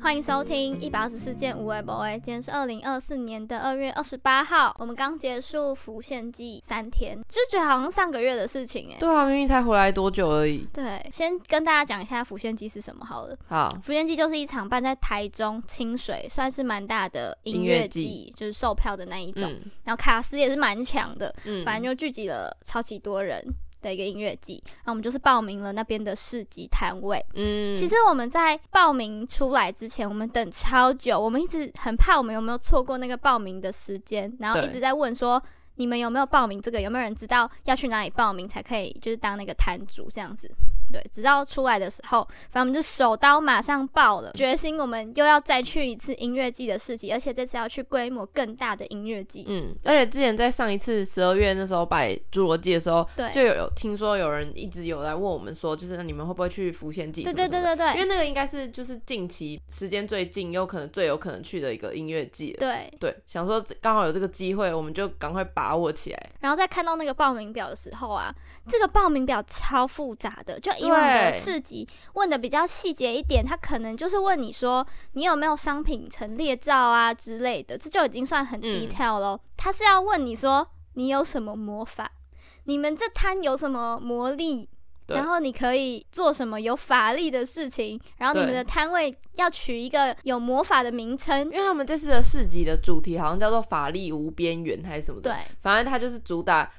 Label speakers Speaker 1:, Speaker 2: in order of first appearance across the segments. Speaker 1: 欢迎收听一百二十四件无为 boy。今天是二零二四年的二月二十八号，我们刚结束浮现季三天，就觉得好像上个月的事情哎、
Speaker 2: 对啊，明明才回来多久而已。
Speaker 1: 对，先跟大家讲一下浮现季是什么好了。
Speaker 2: 好，
Speaker 1: 福建季就是一场办在台中清水，算是蛮大的音乐
Speaker 2: 音
Speaker 1: 季，就是售票的那一种。
Speaker 2: 嗯
Speaker 1: 然后卡斯也是蛮强的，
Speaker 2: 嗯
Speaker 1: 反正就聚集了超级多人的一个音乐季。然后我们就是报名了那边的市集摊位。
Speaker 2: 嗯
Speaker 1: 其实我们在报名出来之前，我们等超久，我们一直很怕我们有没有错过那个报名的时间，然后
Speaker 2: 对
Speaker 1: 一直在问说。你们有没有报名这个？有没有人知道要去哪里报名才可以，就是当那个摊主这样子？对，直到出来的时候，反正我们就手刀马上报了，决心我们又要再去一次音乐季的事情，而且这次要去规模更大的音乐季。
Speaker 2: 嗯，而且之前在上一次十二月那时候摆侏罗纪的时候，
Speaker 1: 对，
Speaker 2: 就有有听说有人一直有来问我们说，就是那你们会不会去浮现季？
Speaker 1: 对对对
Speaker 2: 对。
Speaker 1: 对对，
Speaker 2: 因为那个应该是就是近期时间最近，有可能最有可能去的一个音乐季了。
Speaker 1: 对，
Speaker 2: 对，想说刚好有这个机会，我们就赶快把握起来。
Speaker 1: 然后在看到那个报名表的时候啊，这个报名表超复杂的，就以往的
Speaker 2: 对
Speaker 1: 市集问的比较细节一点，他可能就是问你说你有没有商品陈列照啊之类的，这就已经算很
Speaker 2: 嗯
Speaker 1: detail 咯。他是要问你说你有什么魔法，你们这摊有什么魔力。
Speaker 2: 对
Speaker 1: 然后你可以做什么有法力的事情？然后你们
Speaker 2: 对
Speaker 1: 的摊位要取一个有魔法的名称
Speaker 2: 因，为他们这次的市集的主题好像叫做“法力无边缘”还是什么的，
Speaker 1: 对，
Speaker 2: 反正它就是主打，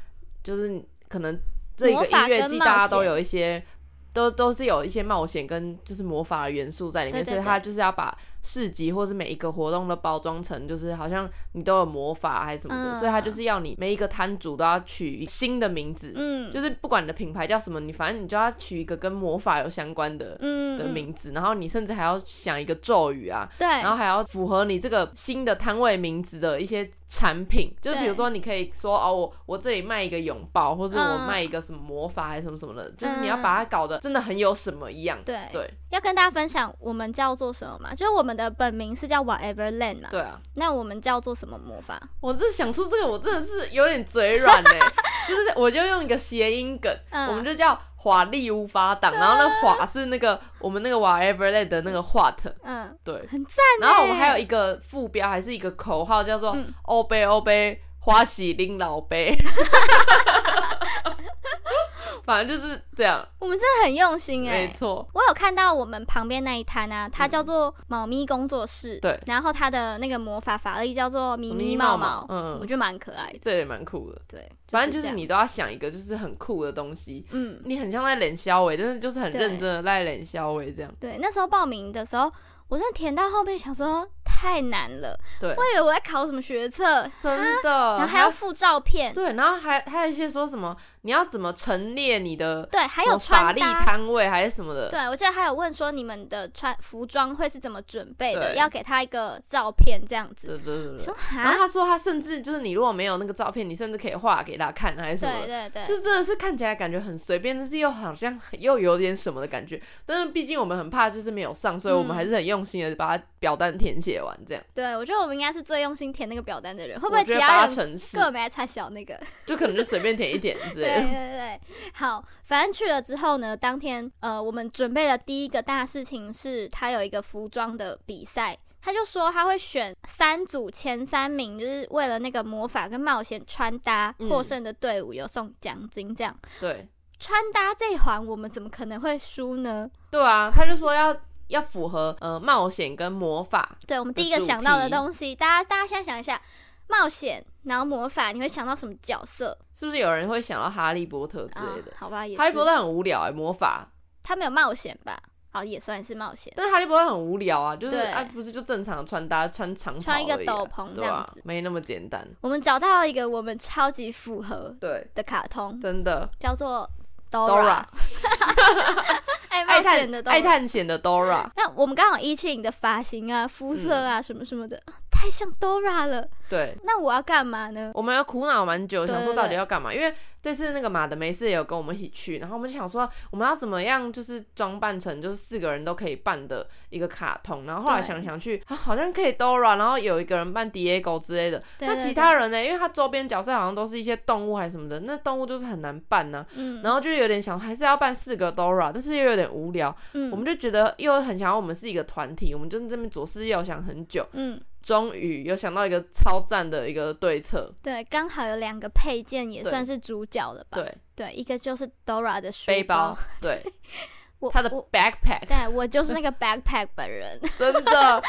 Speaker 2: 就是可能这一
Speaker 1: 魔
Speaker 2: 个
Speaker 1: 法
Speaker 2: 音乐
Speaker 1: 跟
Speaker 2: 季
Speaker 1: 冒
Speaker 2: 大家都
Speaker 1: 险
Speaker 2: 有一些，都都是有一些冒险跟就是魔法的元素在里面，
Speaker 1: 对对
Speaker 2: 所以它就是要把市集或是每一个活动都包装成就是好像你都有魔法还是什么的，
Speaker 1: 嗯
Speaker 2: 所以它就是要你每一个摊主都要取新的名字，
Speaker 1: 嗯
Speaker 2: 就是不管你的品牌叫什么，你反正你就要取一个跟魔法有相关的。
Speaker 1: 嗯，
Speaker 2: 的
Speaker 1: 嗯
Speaker 2: 名字，然后你甚至还要想一个咒语啊，
Speaker 1: 对，
Speaker 2: 然后还要符合你这个新的摊位名字的一些产品，就是
Speaker 1: 对
Speaker 2: 比如说你可以说哦，我我这里卖一个拥抱，或者我
Speaker 1: 嗯
Speaker 2: 卖一个什么魔法还是什么什么的，就是你要把它搞得真的很有什么一样。
Speaker 1: 对
Speaker 2: 对
Speaker 1: 要跟大家分享我们叫做什么嘛？就是我们的本名是叫 Whatever Land 嘛。
Speaker 2: 对啊，
Speaker 1: 那我们叫做什么魔法？
Speaker 2: 我这想出这个我真的是有点嘴软 哎、就是我就用一个谐音梗，
Speaker 1: 嗯
Speaker 2: 我们就叫华丽无法挡，然后那华是那个我们那个 whatever land 的那个 what，
Speaker 1: 嗯，
Speaker 2: 对，
Speaker 1: 很赞欸。
Speaker 2: 然后我们还有一个副标，还是一个口号，叫做
Speaker 1: 嗯
Speaker 2: “欧杯欧杯花喜拎老杯”， 反正就是这样，
Speaker 1: 我们真的很用心哎、
Speaker 2: 没错。
Speaker 1: 我有看到我们旁边那一摊啊，它叫做猫咪工作室。
Speaker 2: 嗯对
Speaker 1: 然后它的那个魔法法力叫做咪咪
Speaker 2: 咪
Speaker 1: 毛
Speaker 2: 冒
Speaker 1: 毛
Speaker 2: 毛，
Speaker 1: 嗯，
Speaker 2: 嗯
Speaker 1: 我觉得蛮可爱的。
Speaker 2: 这也蛮酷的，
Speaker 1: 对，
Speaker 2: 反正就
Speaker 1: 这
Speaker 2: 是
Speaker 1: 样，
Speaker 2: 你都要想一个欸就是很酷的东西，
Speaker 1: 嗯。
Speaker 2: 你很像在冷消尾，但是就是很
Speaker 1: 对
Speaker 2: 认真的在冷消尾这样。
Speaker 1: 对，那时候报名的时候，我真的填到后面想说太难了，
Speaker 2: 对呃
Speaker 1: 我，以为我在考什么学测，
Speaker 2: 真的，
Speaker 1: 然后还要附照片，
Speaker 2: 对，然后还还有一些说什么你要怎么陈列你的
Speaker 1: 对，还
Speaker 2: 什
Speaker 1: 有
Speaker 2: 么法
Speaker 1: 穿
Speaker 2: 力
Speaker 1: 搭，
Speaker 2: 摊位还是什么的，
Speaker 1: 对，我记得还有问说你们的穿服装会是怎么准备的，
Speaker 2: 对
Speaker 1: 要给他一个照片这样子。
Speaker 2: 对对对对。
Speaker 1: 说
Speaker 2: 然后
Speaker 1: 哈，
Speaker 2: 他说，他甚至就是你如果没有那个照片，你甚至可以画给他看，还是什么
Speaker 1: 对
Speaker 2: 的，
Speaker 1: 对对，
Speaker 2: 就是真的是看起来感觉很随便，但是又好像又有点什么的感觉。但是毕竟我们很怕就是没有上，所以我们
Speaker 1: 嗯
Speaker 2: 还是很用心的把它表单填写完，这样
Speaker 1: 对我觉得我们应该是最用心填那个表单的人，嗯会
Speaker 2: 会
Speaker 1: 不会其他
Speaker 2: 八
Speaker 1: 人
Speaker 2: 成是
Speaker 1: 根本没来参小那个？
Speaker 2: 就可能就随便填一点之
Speaker 1: 对
Speaker 2: 类
Speaker 1: 对
Speaker 2: 的。
Speaker 1: 对，好，反正去了之后呢，当天呃，我们准备的第一个大事情是，他有一个服装的比赛。他就说他会选三组前三名，就是为了那个魔法跟冒险穿搭获
Speaker 2: 嗯
Speaker 1: 胜的队伍有送奖金这样。
Speaker 2: 对
Speaker 1: 穿搭这一环，我们怎么可能会输呢？
Speaker 2: 对啊，他就说要要符合呃冒险跟魔法，
Speaker 1: 对，我们
Speaker 2: 的
Speaker 1: 第一个
Speaker 2: 主
Speaker 1: 想到的
Speaker 2: 题
Speaker 1: 东西，大家大家现在想一下，冒险，然后魔法，你会想到什么角色
Speaker 2: 是不是有人会想到哈利波特之类的
Speaker 1: 啊？？好吧，也
Speaker 2: 哈利波
Speaker 1: 是，
Speaker 2: 特很无聊哎、魔法，
Speaker 1: 他没有冒险吧？好，也算是冒险。
Speaker 2: 但是哈利波特很无聊啊，就是
Speaker 1: 对
Speaker 2: 啊，不是就正常的穿搭，穿长袍、而
Speaker 1: 穿一个
Speaker 2: 已啊
Speaker 1: 斗篷这
Speaker 2: 对
Speaker 1: 样
Speaker 2: 啊
Speaker 1: 子，
Speaker 2: 没那么简单。
Speaker 1: 我们找到一个我们超级符合
Speaker 2: 对，
Speaker 1: 的卡通，
Speaker 2: 真的
Speaker 1: 叫做
Speaker 2: Dora
Speaker 1: 爱
Speaker 2: 爱
Speaker 1: 冒
Speaker 2: 探
Speaker 1: 险的 Dora。
Speaker 2: 爱探险的 Dora，
Speaker 1: E
Speaker 2: 嗯
Speaker 1: 那我们刚好一七零的发型啊、肤色啊、什么什么的，太像 Dora 了。
Speaker 2: 对，
Speaker 1: 那我要干嘛呢？
Speaker 2: 我们要苦恼蛮久，
Speaker 1: 对
Speaker 2: 想说
Speaker 1: 对
Speaker 2: 到底
Speaker 1: 对
Speaker 2: 要干嘛？因为这次那个马的没事也有跟我们一起去，然后我们就想说我们要怎么样，就是装扮成就是四个人都可以扮的一个卡通。然后后来
Speaker 1: 对
Speaker 2: 想想去，啊，好像可以 Dora，然后有一个人扮 Diego 之类的。
Speaker 1: 对
Speaker 2: 那其，他人呢？因为他周边角色好像都是一些动物还是什么的，那动物就是很难扮啊呐、
Speaker 1: 对对嗯，
Speaker 2: 然后就有点想还是要扮四个 Dora，但是又有点无聊。
Speaker 1: 嗯
Speaker 2: 我们就觉得又很想要我们是一个团体，我们就在这边左思右想很久，
Speaker 1: 嗯，
Speaker 2: 终于有想到一个超赞的一个对策。
Speaker 1: 对，刚好有两个配件也
Speaker 2: 对
Speaker 1: 算是主角了吧？
Speaker 2: 对，
Speaker 1: 对，一个就是 Dora 的书
Speaker 2: 背包
Speaker 1: 包，，
Speaker 2: 对，
Speaker 1: 我
Speaker 2: 他的
Speaker 1: 我
Speaker 2: backpack，
Speaker 1: 对我就是那个 backpack 本人，
Speaker 2: 真的。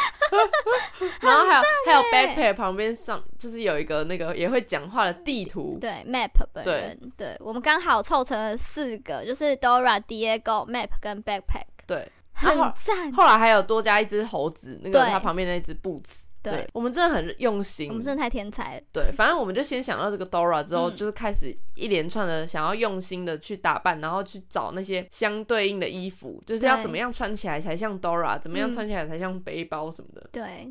Speaker 2: 然后还有还有
Speaker 1: 欸
Speaker 2: backpack 旁边上就是有一个那个也会讲话的地图，
Speaker 1: 对 map 本
Speaker 2: 对
Speaker 1: 人，对我们刚好凑成了四个，就是 Dora、Diego、map 跟 backpack，
Speaker 2: 对。
Speaker 1: 很
Speaker 2: 然后
Speaker 1: 赞。
Speaker 2: 后来还有多加一只猴子，那个
Speaker 1: 对
Speaker 2: 它旁边那只 boots。
Speaker 1: 对，
Speaker 2: 我们真的很用心。
Speaker 1: 我们真的太天才了，
Speaker 2: 对，反正我们就先想到这个 Dora 之后，
Speaker 1: 嗯
Speaker 2: 就是开始一连串的想要用心的去打扮，然后去找那些相对应的衣服，就是要
Speaker 1: 对
Speaker 2: 怎么样穿起来才像 Dora，怎么样
Speaker 1: 嗯
Speaker 2: 穿起来才像背包什么的。
Speaker 1: 对，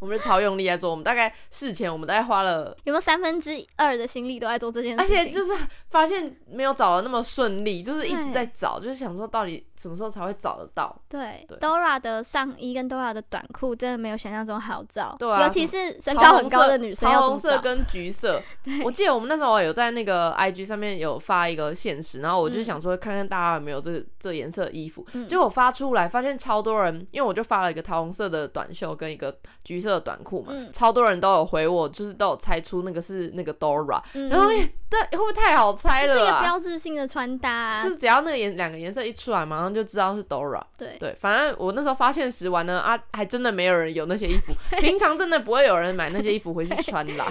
Speaker 2: 我们就超用力在做，我们大概事前我们大概花了
Speaker 1: 有没有三分之二的心力都在做这件
Speaker 2: 而
Speaker 1: 事情？
Speaker 2: 且就是发现没有找的那么顺利，就是一直
Speaker 1: 对
Speaker 2: 在找，就是想说到底什么时候才会找得到？
Speaker 1: 对
Speaker 2: 对
Speaker 1: Dora 的上衣跟 Dora 的短裤真的没有想象中好找，
Speaker 2: 对啊
Speaker 1: 尤其是身高很高的女生要怎
Speaker 2: 桃红
Speaker 1: 么
Speaker 2: 色
Speaker 1: 找？
Speaker 2: 跟橘色，我记得我们那时候有在那个 IG 上面有发一个现实，然后我就
Speaker 1: 嗯
Speaker 2: 想说看看大家有没有这这颜色的衣服，
Speaker 1: 嗯
Speaker 2: 结果发出来发现超多人，因为我就发了一个桃红色的短袖跟一个橘色的短裤嘛，
Speaker 1: 嗯
Speaker 2: 超多人都有回我，就是都有猜出那个是那个 Dora，、
Speaker 1: 嗯
Speaker 2: 然后也但会不会太好猜
Speaker 1: 就是一
Speaker 2: 了
Speaker 1: 个
Speaker 2: 啊？
Speaker 1: 标志性的穿搭啊、
Speaker 2: 就是只要那个颜两个颜色一出来，马上就知道是 Dora。
Speaker 1: 对
Speaker 2: 对，反正我那时候发现时完呢，啊，还真的没有人有那些衣服，平常真的不会有人买那些衣服回去穿啦，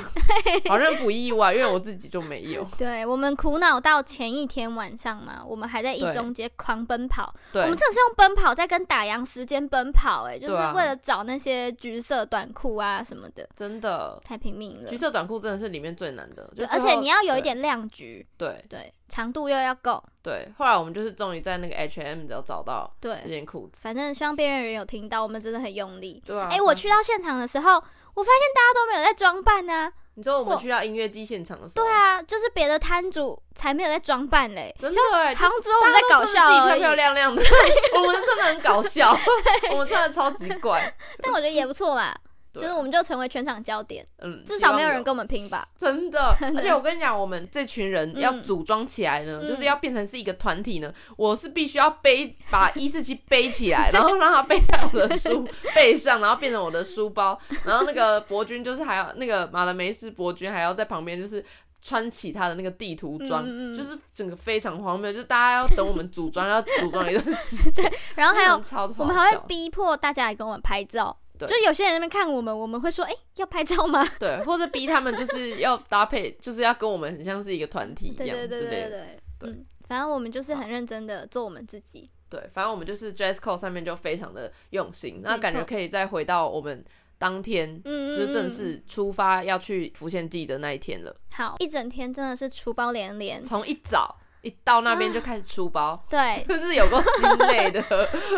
Speaker 2: 好像不意外，因为我自己就没 有。
Speaker 1: 对，我们苦恼到前一天晚上嘛，我们还在一
Speaker 2: 对
Speaker 1: 中街狂奔跑，我
Speaker 2: 对
Speaker 1: 们真的是用奔跑在跟打烊时间奔跑、哎，就是
Speaker 2: 对啊
Speaker 1: 为了找那些橘色短裤啊什么的，
Speaker 2: 真的，
Speaker 1: 太拼命了
Speaker 2: 橘。色短裤真的是里面最难的，
Speaker 1: 对，
Speaker 2: 就
Speaker 1: 而
Speaker 2: 最
Speaker 1: 且
Speaker 2: 后
Speaker 1: 你要有一
Speaker 2: 对
Speaker 1: 点亮橘，
Speaker 2: 对
Speaker 1: 对，长度又要够，
Speaker 2: 对。后来我们就是终于在那个 H M 的找到这
Speaker 1: 对，
Speaker 2: 件裤子，
Speaker 1: 反正希望辨认人有听到，我们真的很用力。
Speaker 2: 对啊。
Speaker 1: 哎、我去到现场的时候，我发现大家都没有在装扮啊。
Speaker 2: 你知道我们
Speaker 1: 我
Speaker 2: 去到音乐季现场的时候，
Speaker 1: 对，啊，就是别的摊主才没有在装扮嘞，
Speaker 2: 真的哎、
Speaker 1: 杭州我们在搞笑
Speaker 2: 大家都穿得
Speaker 1: 而
Speaker 2: 自己漂
Speaker 1: 已。
Speaker 2: 漂亮 亮的，我们真的很搞笑，我们穿的超级怪，
Speaker 1: 但我觉得也不错啦，
Speaker 2: 对
Speaker 1: 就是我们就成为全场焦点，
Speaker 2: 嗯，
Speaker 1: 至
Speaker 2: 希
Speaker 1: 少
Speaker 2: 望
Speaker 1: 没有人
Speaker 2: 有
Speaker 1: 跟我们拼吧。
Speaker 2: 真的，而且我跟你讲，我们这群人要
Speaker 1: 嗯
Speaker 2: 组装起来呢，
Speaker 1: 嗯
Speaker 2: 就是要变成是一个团体呢。我是必须要背把一四七背 起来，然后让它背在我的书 背上，然后变成我的书包。然后那个伯君就是还要那个马德梅斯伯君还要在旁边就是。穿起他的那个地图装，
Speaker 1: 嗯嗯嗯
Speaker 2: 就是整个非常荒谬，就是大家要等我们 组装，要组装一段时间。
Speaker 1: 然后还有，
Speaker 2: 超超
Speaker 1: 我们
Speaker 2: 嗯好
Speaker 1: 还
Speaker 2: 笑
Speaker 1: 会逼迫大家来跟我们拍照。
Speaker 2: 对
Speaker 1: 就有些人在那边看我们，我们会说：“哎、要拍照吗
Speaker 2: 对，或者逼他们就是要搭配，就是要跟我们很像是一个团体？”一
Speaker 1: 对
Speaker 2: 样
Speaker 1: 对
Speaker 2: 之类
Speaker 1: 对对
Speaker 2: 的。
Speaker 1: 对，
Speaker 2: 对
Speaker 1: 嗯，反正我们就是很认真的做我们自己。
Speaker 2: 对，反正我们就是 dress code 上面就非常的用心，那
Speaker 1: 没
Speaker 2: 感觉
Speaker 1: 错
Speaker 2: 可以再回到我们当天，
Speaker 1: 嗯，
Speaker 2: 就是
Speaker 1: 嗯
Speaker 2: 正
Speaker 1: 嗯
Speaker 2: 式出发要去浮现地的那一天了。
Speaker 1: 好，一整天真的是出包连连。
Speaker 2: 从一早一到那边就开始出包，
Speaker 1: 对，
Speaker 2: 就是有够心累的，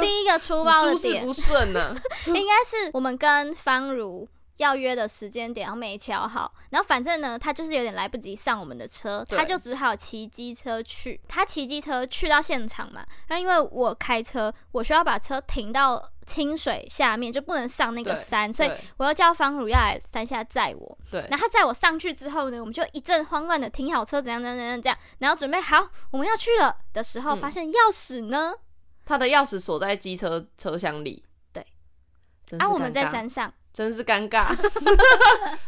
Speaker 1: 第一个 出包
Speaker 2: 诸
Speaker 1: 的
Speaker 2: 事
Speaker 1: 点
Speaker 2: 不顺呢、
Speaker 1: 应该是我们跟方如要约的时间点，然后没敲好，然后反正呢，他就是有点来不及上我们的车，
Speaker 2: 对
Speaker 1: 他就只好骑机车去。他骑机车去到现场嘛，那因为我开车，我需要把车停到清水下面，就不能上那个
Speaker 2: 对
Speaker 1: 山， 所以
Speaker 2: 对
Speaker 1: 我又叫方如要来山下载我。
Speaker 2: 对
Speaker 1: 然后他载我上去之后呢，我们就一阵慌乱的停好车，怎样怎样怎样这样，然后准备好我们要去了的时候，
Speaker 2: 嗯
Speaker 1: 发现钥匙呢，
Speaker 2: 他的钥匙锁在机车车厢里。
Speaker 1: 对，
Speaker 2: 真嗯是
Speaker 1: 啊，我
Speaker 2: 尴
Speaker 1: 们在
Speaker 2: 尬，
Speaker 1: 山上。
Speaker 2: 真是 尴尬。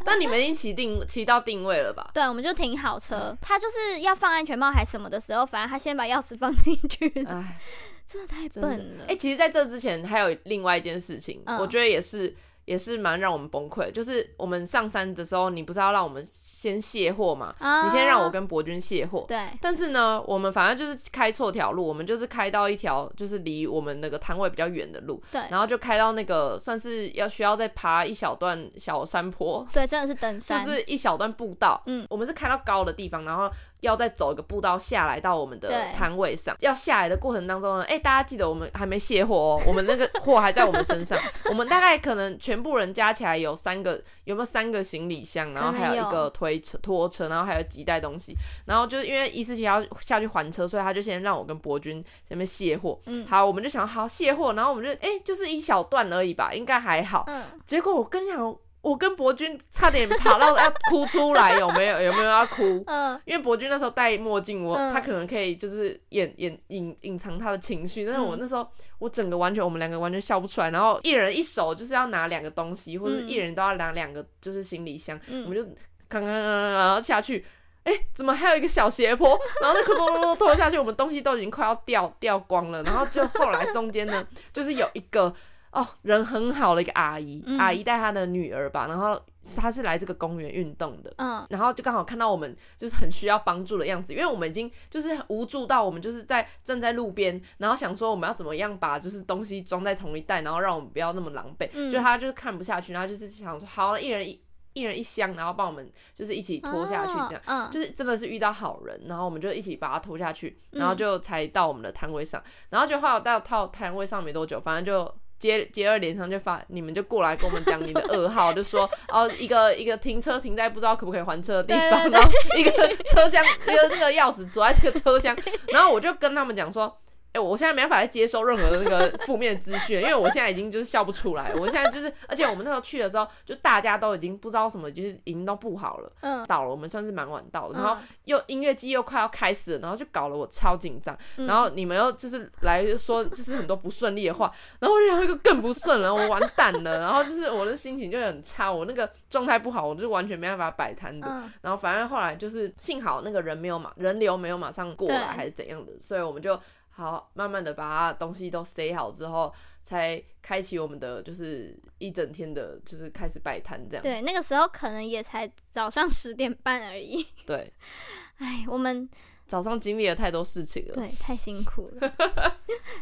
Speaker 2: 但你们已经骑定骑到定位了 吧？
Speaker 1: 对，我们就停好
Speaker 2: 嗯
Speaker 1: 车。他就是要放安全帽还什么的时候，反正他先把钥匙放进去了，
Speaker 2: 哎，
Speaker 1: 真的太
Speaker 2: 真的是
Speaker 1: 笨了。
Speaker 2: 哎、其实在这之前还有另外一件事情，
Speaker 1: 嗯
Speaker 2: 我觉得也是也是蛮让我们崩溃的，就是我们上山的时候，你不是要让我们先卸货嘛？
Speaker 1: 啊
Speaker 2: 你先让我跟伯君卸货。
Speaker 1: 对
Speaker 2: 但是呢，我们反正就是开错条路，我们就是开到一条就是离我们那个摊位比较远的路，
Speaker 1: 对
Speaker 2: 然后就开到那个算是要需要再爬一小段小山坡，
Speaker 1: 对，真的是登
Speaker 2: 就
Speaker 1: 山，
Speaker 2: 是一小段步道。
Speaker 1: 嗯，
Speaker 2: 我们是开到高的地方，然后要再走一个步道下来到我们的
Speaker 1: 对
Speaker 2: 摊位上。要下来的过程当中呢，哎、大家记得我们还没卸货哦，我们那个货还在我们 身上。我们大概可能全部人加起来有三个，有没有三个行李箱？然后
Speaker 1: 可能
Speaker 2: 还有
Speaker 1: 有
Speaker 2: 一个推车、拖车，然后还有几袋东西。然后就是因为一次性要下去还车，所以他就先让我跟博君在那边卸货。
Speaker 1: 嗯
Speaker 2: 好，我们就想好卸货，然后我们就哎、就是一小段而已吧，应该还好。
Speaker 1: 嗯，
Speaker 2: 结果我跟你讲，我跟博君差点爬到要哭出来，有没有？有没有要哭？
Speaker 1: 嗯，
Speaker 2: 因为博君那时候戴墨镜，我、
Speaker 1: 嗯
Speaker 2: 他可能可以就是掩掩隐隐藏他的情绪，但是我
Speaker 1: 嗯
Speaker 2: 那时候我整个完全我们两个完全笑不出来，然后一人一手就是要拿两个东西，或者
Speaker 1: 嗯
Speaker 2: 一人都要拿两个就是行李箱，
Speaker 1: 嗯
Speaker 2: 我们就刚刚刚刚然后下去。哎、怎么还有一个小斜坡？然后就咕噜咕噜拖下去，我们东西都已经快要掉掉光了。然后就后来中间呢，就是有一个哦人很好的一个阿姨，
Speaker 1: 嗯
Speaker 2: 阿姨带她的女儿吧，然后她是来这个公园运动的，
Speaker 1: 嗯，
Speaker 2: 然后就刚好看到我们就是很需要帮助的样子，因为我们已经就是无助到我们就是在站在路边，然后想说我们要怎么样把就是东西装在同一袋，然后让我们不要那么狼狈。
Speaker 1: 嗯
Speaker 2: 就他就是看不下去，然后就是想说好，一人一一人一箱，然后帮我们就是一起拖下去这样。
Speaker 1: 哦，嗯，
Speaker 2: 就是真的是遇到好人，然后我们就一起把他拖下去，然后就才到我们的摊位上，然后就后来到到摊位上没多久，反正就。接接二连三就发，你们就过来跟我们讲你的噩 耗，就说哦，一个一个停车停在不知道可不可以还车的地
Speaker 1: 对对
Speaker 2: 方，
Speaker 1: 对
Speaker 2: 然后一个车厢，一个那个钥匙锁在这个车厢，然后我就跟他们讲说，哎、我现在没办法再接收任何那 个负面资讯，因为我现在已经就是笑不出来，我现在就是，而且我们那时候去的时候，就大家都已经不知道什么，就是已经都不好了，
Speaker 1: 嗯，
Speaker 2: 到了，我们算是蛮晚到的，
Speaker 1: 嗯
Speaker 2: 然后又音乐季又快要开始了，然后就搞得我超紧张，
Speaker 1: 嗯
Speaker 2: 然后你们又就是来说就是很多不顺利的话，然后我就想一个更不顺了，我完蛋了，然后就是我的心情就很差，我那个状态不好，我就完全没办法摆摊的，
Speaker 1: 嗯，
Speaker 2: 然后反正后来就是幸好那个人没有马人流没有马上过来
Speaker 1: 对
Speaker 2: 还是怎样的，所以我们就好慢慢的把东西都塞好之后，才开启我们的就是一整天的，就是开始摆摊这样，
Speaker 1: 对，那个时候可能也才早上十点半而已。
Speaker 2: 对
Speaker 1: 哎，我们
Speaker 2: 早上经历了太多事情了。
Speaker 1: 对太辛苦了。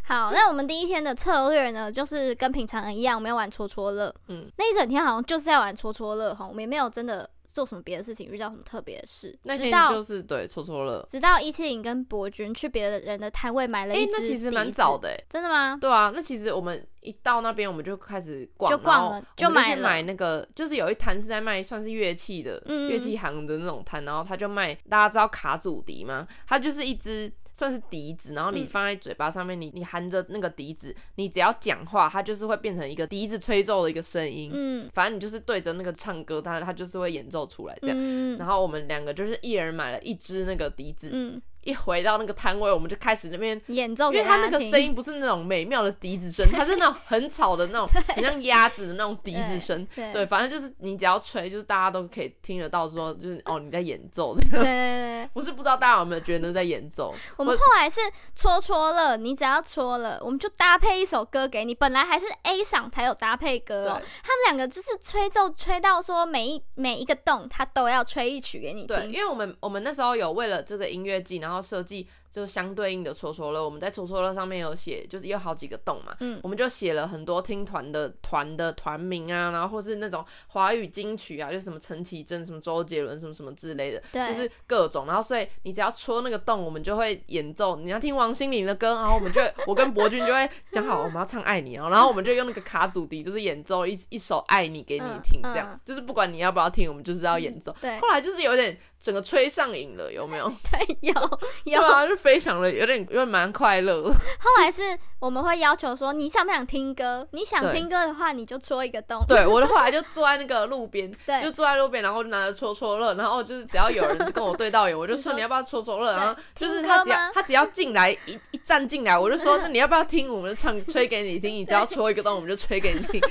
Speaker 1: 好，那我们第一天的策略呢，就是跟平常一样，我们要玩戳戳乐。
Speaker 2: 嗯，
Speaker 1: 那一整天好像就是在玩戳戳乐哈，我们也没有真的做什么别的事情，遇到什么特别的事，
Speaker 2: 那
Speaker 1: 直
Speaker 2: 天
Speaker 1: 到
Speaker 2: 就是对戳戳乐，
Speaker 1: 直到一七零跟博君去别的人的摊位买了
Speaker 2: 哎、
Speaker 1: 一支、
Speaker 2: 那其实蛮早，的哎、
Speaker 1: 真的吗？
Speaker 2: 对啊，那其实我们一到那边我们就开始逛，
Speaker 1: 就逛了
Speaker 2: 然后
Speaker 1: 就
Speaker 2: 我们就
Speaker 1: 买
Speaker 2: 去
Speaker 1: 了
Speaker 2: 买那个，就是有一摊是在卖算是乐器的，
Speaker 1: 嗯
Speaker 2: 乐器行的那种摊，然后他就卖，大家知道卡祖笛吗？它就是一支。算是笛子，然后你
Speaker 1: 嗯
Speaker 2: 放在嘴巴上面，你你含着那个笛子，你只要讲话，它就是会变成一个笛子吹奏的一个声音。
Speaker 1: 嗯
Speaker 2: 反正你就是对着那个唱歌，它它就是会演奏出来这样。
Speaker 1: 嗯
Speaker 2: 然后我们两个就是一人买了一支那个笛子，
Speaker 1: 嗯，
Speaker 2: 一回到那个摊位，我们就开始那边，
Speaker 1: 演奏
Speaker 2: 因
Speaker 1: 给
Speaker 2: 为他那
Speaker 1: 大家
Speaker 2: 个
Speaker 1: 听
Speaker 2: 声音不是那种美妙的笛子 声，它是那种很吵的那种，很像鸭子的那种笛子声。
Speaker 1: 对
Speaker 2: 对，
Speaker 1: 对
Speaker 2: 反正就是你只要吹，就是大家都可以听得到说就是哦你在演奏这
Speaker 1: 对
Speaker 2: 样。
Speaker 1: 对，
Speaker 2: 不是不知道大家有没有觉得在演奏？
Speaker 1: 我们后来是戳戳乐，你只要戳了，我们就搭配一首歌给你。本来还是 A 赏才有搭配歌
Speaker 2: 对
Speaker 1: 哦，他们两个就是吹奏吹到说每一每一个洞他都要吹一曲给你
Speaker 2: 对，因
Speaker 1: 听。
Speaker 2: 为我们我们那时候有为了这个音乐季，然后设计就相对应的戳戳乐，我们在戳戳乐上面有写，就是有好几个洞嘛，
Speaker 1: 嗯
Speaker 2: 我们就写了很多听团的团的团名啊，然后或是那种华语金曲啊，就什么陈绮贞、什么周杰伦、什么什么之类的，
Speaker 1: 对
Speaker 2: 就是各种。然后所以你只要戳那个洞，我们就会演奏。你要听王心凌的歌，然后我们就会我跟博君就会讲好，我们要唱《爱你》哦，然后我们就用那个卡祖笛，就是演奏一一首《爱你》给你听，
Speaker 1: 嗯
Speaker 2: 这样、
Speaker 1: 嗯
Speaker 2: 就是不管你要不要听，我们就是要演 奏。
Speaker 1: 对
Speaker 2: 后来就是有点整个吹上瘾了，有没 有？
Speaker 1: 对，有
Speaker 2: 对
Speaker 1: 有。
Speaker 2: 啊，就非常的有点有点蛮快乐 的。
Speaker 1: 后来是我们会要求说，你想不想听歌？你想
Speaker 2: 对
Speaker 1: 听歌的话，你就戳一个洞。
Speaker 2: 对，我的后来就坐在那个路边，
Speaker 1: 对
Speaker 2: 就坐在路边，然后就拿着戳戳乐，然后就是只要有人跟我对到眼，我就
Speaker 1: 你说
Speaker 2: 说你要不要戳戳乐，
Speaker 1: 对
Speaker 2: 然后就是
Speaker 1: 听
Speaker 2: 他
Speaker 1: 歌
Speaker 2: 只要
Speaker 1: 吗
Speaker 2: 他只要进来一一站进来，我 就说那你要不要听，我们就唱吹给你听，你只要戳一个洞，我们就吹 给你听，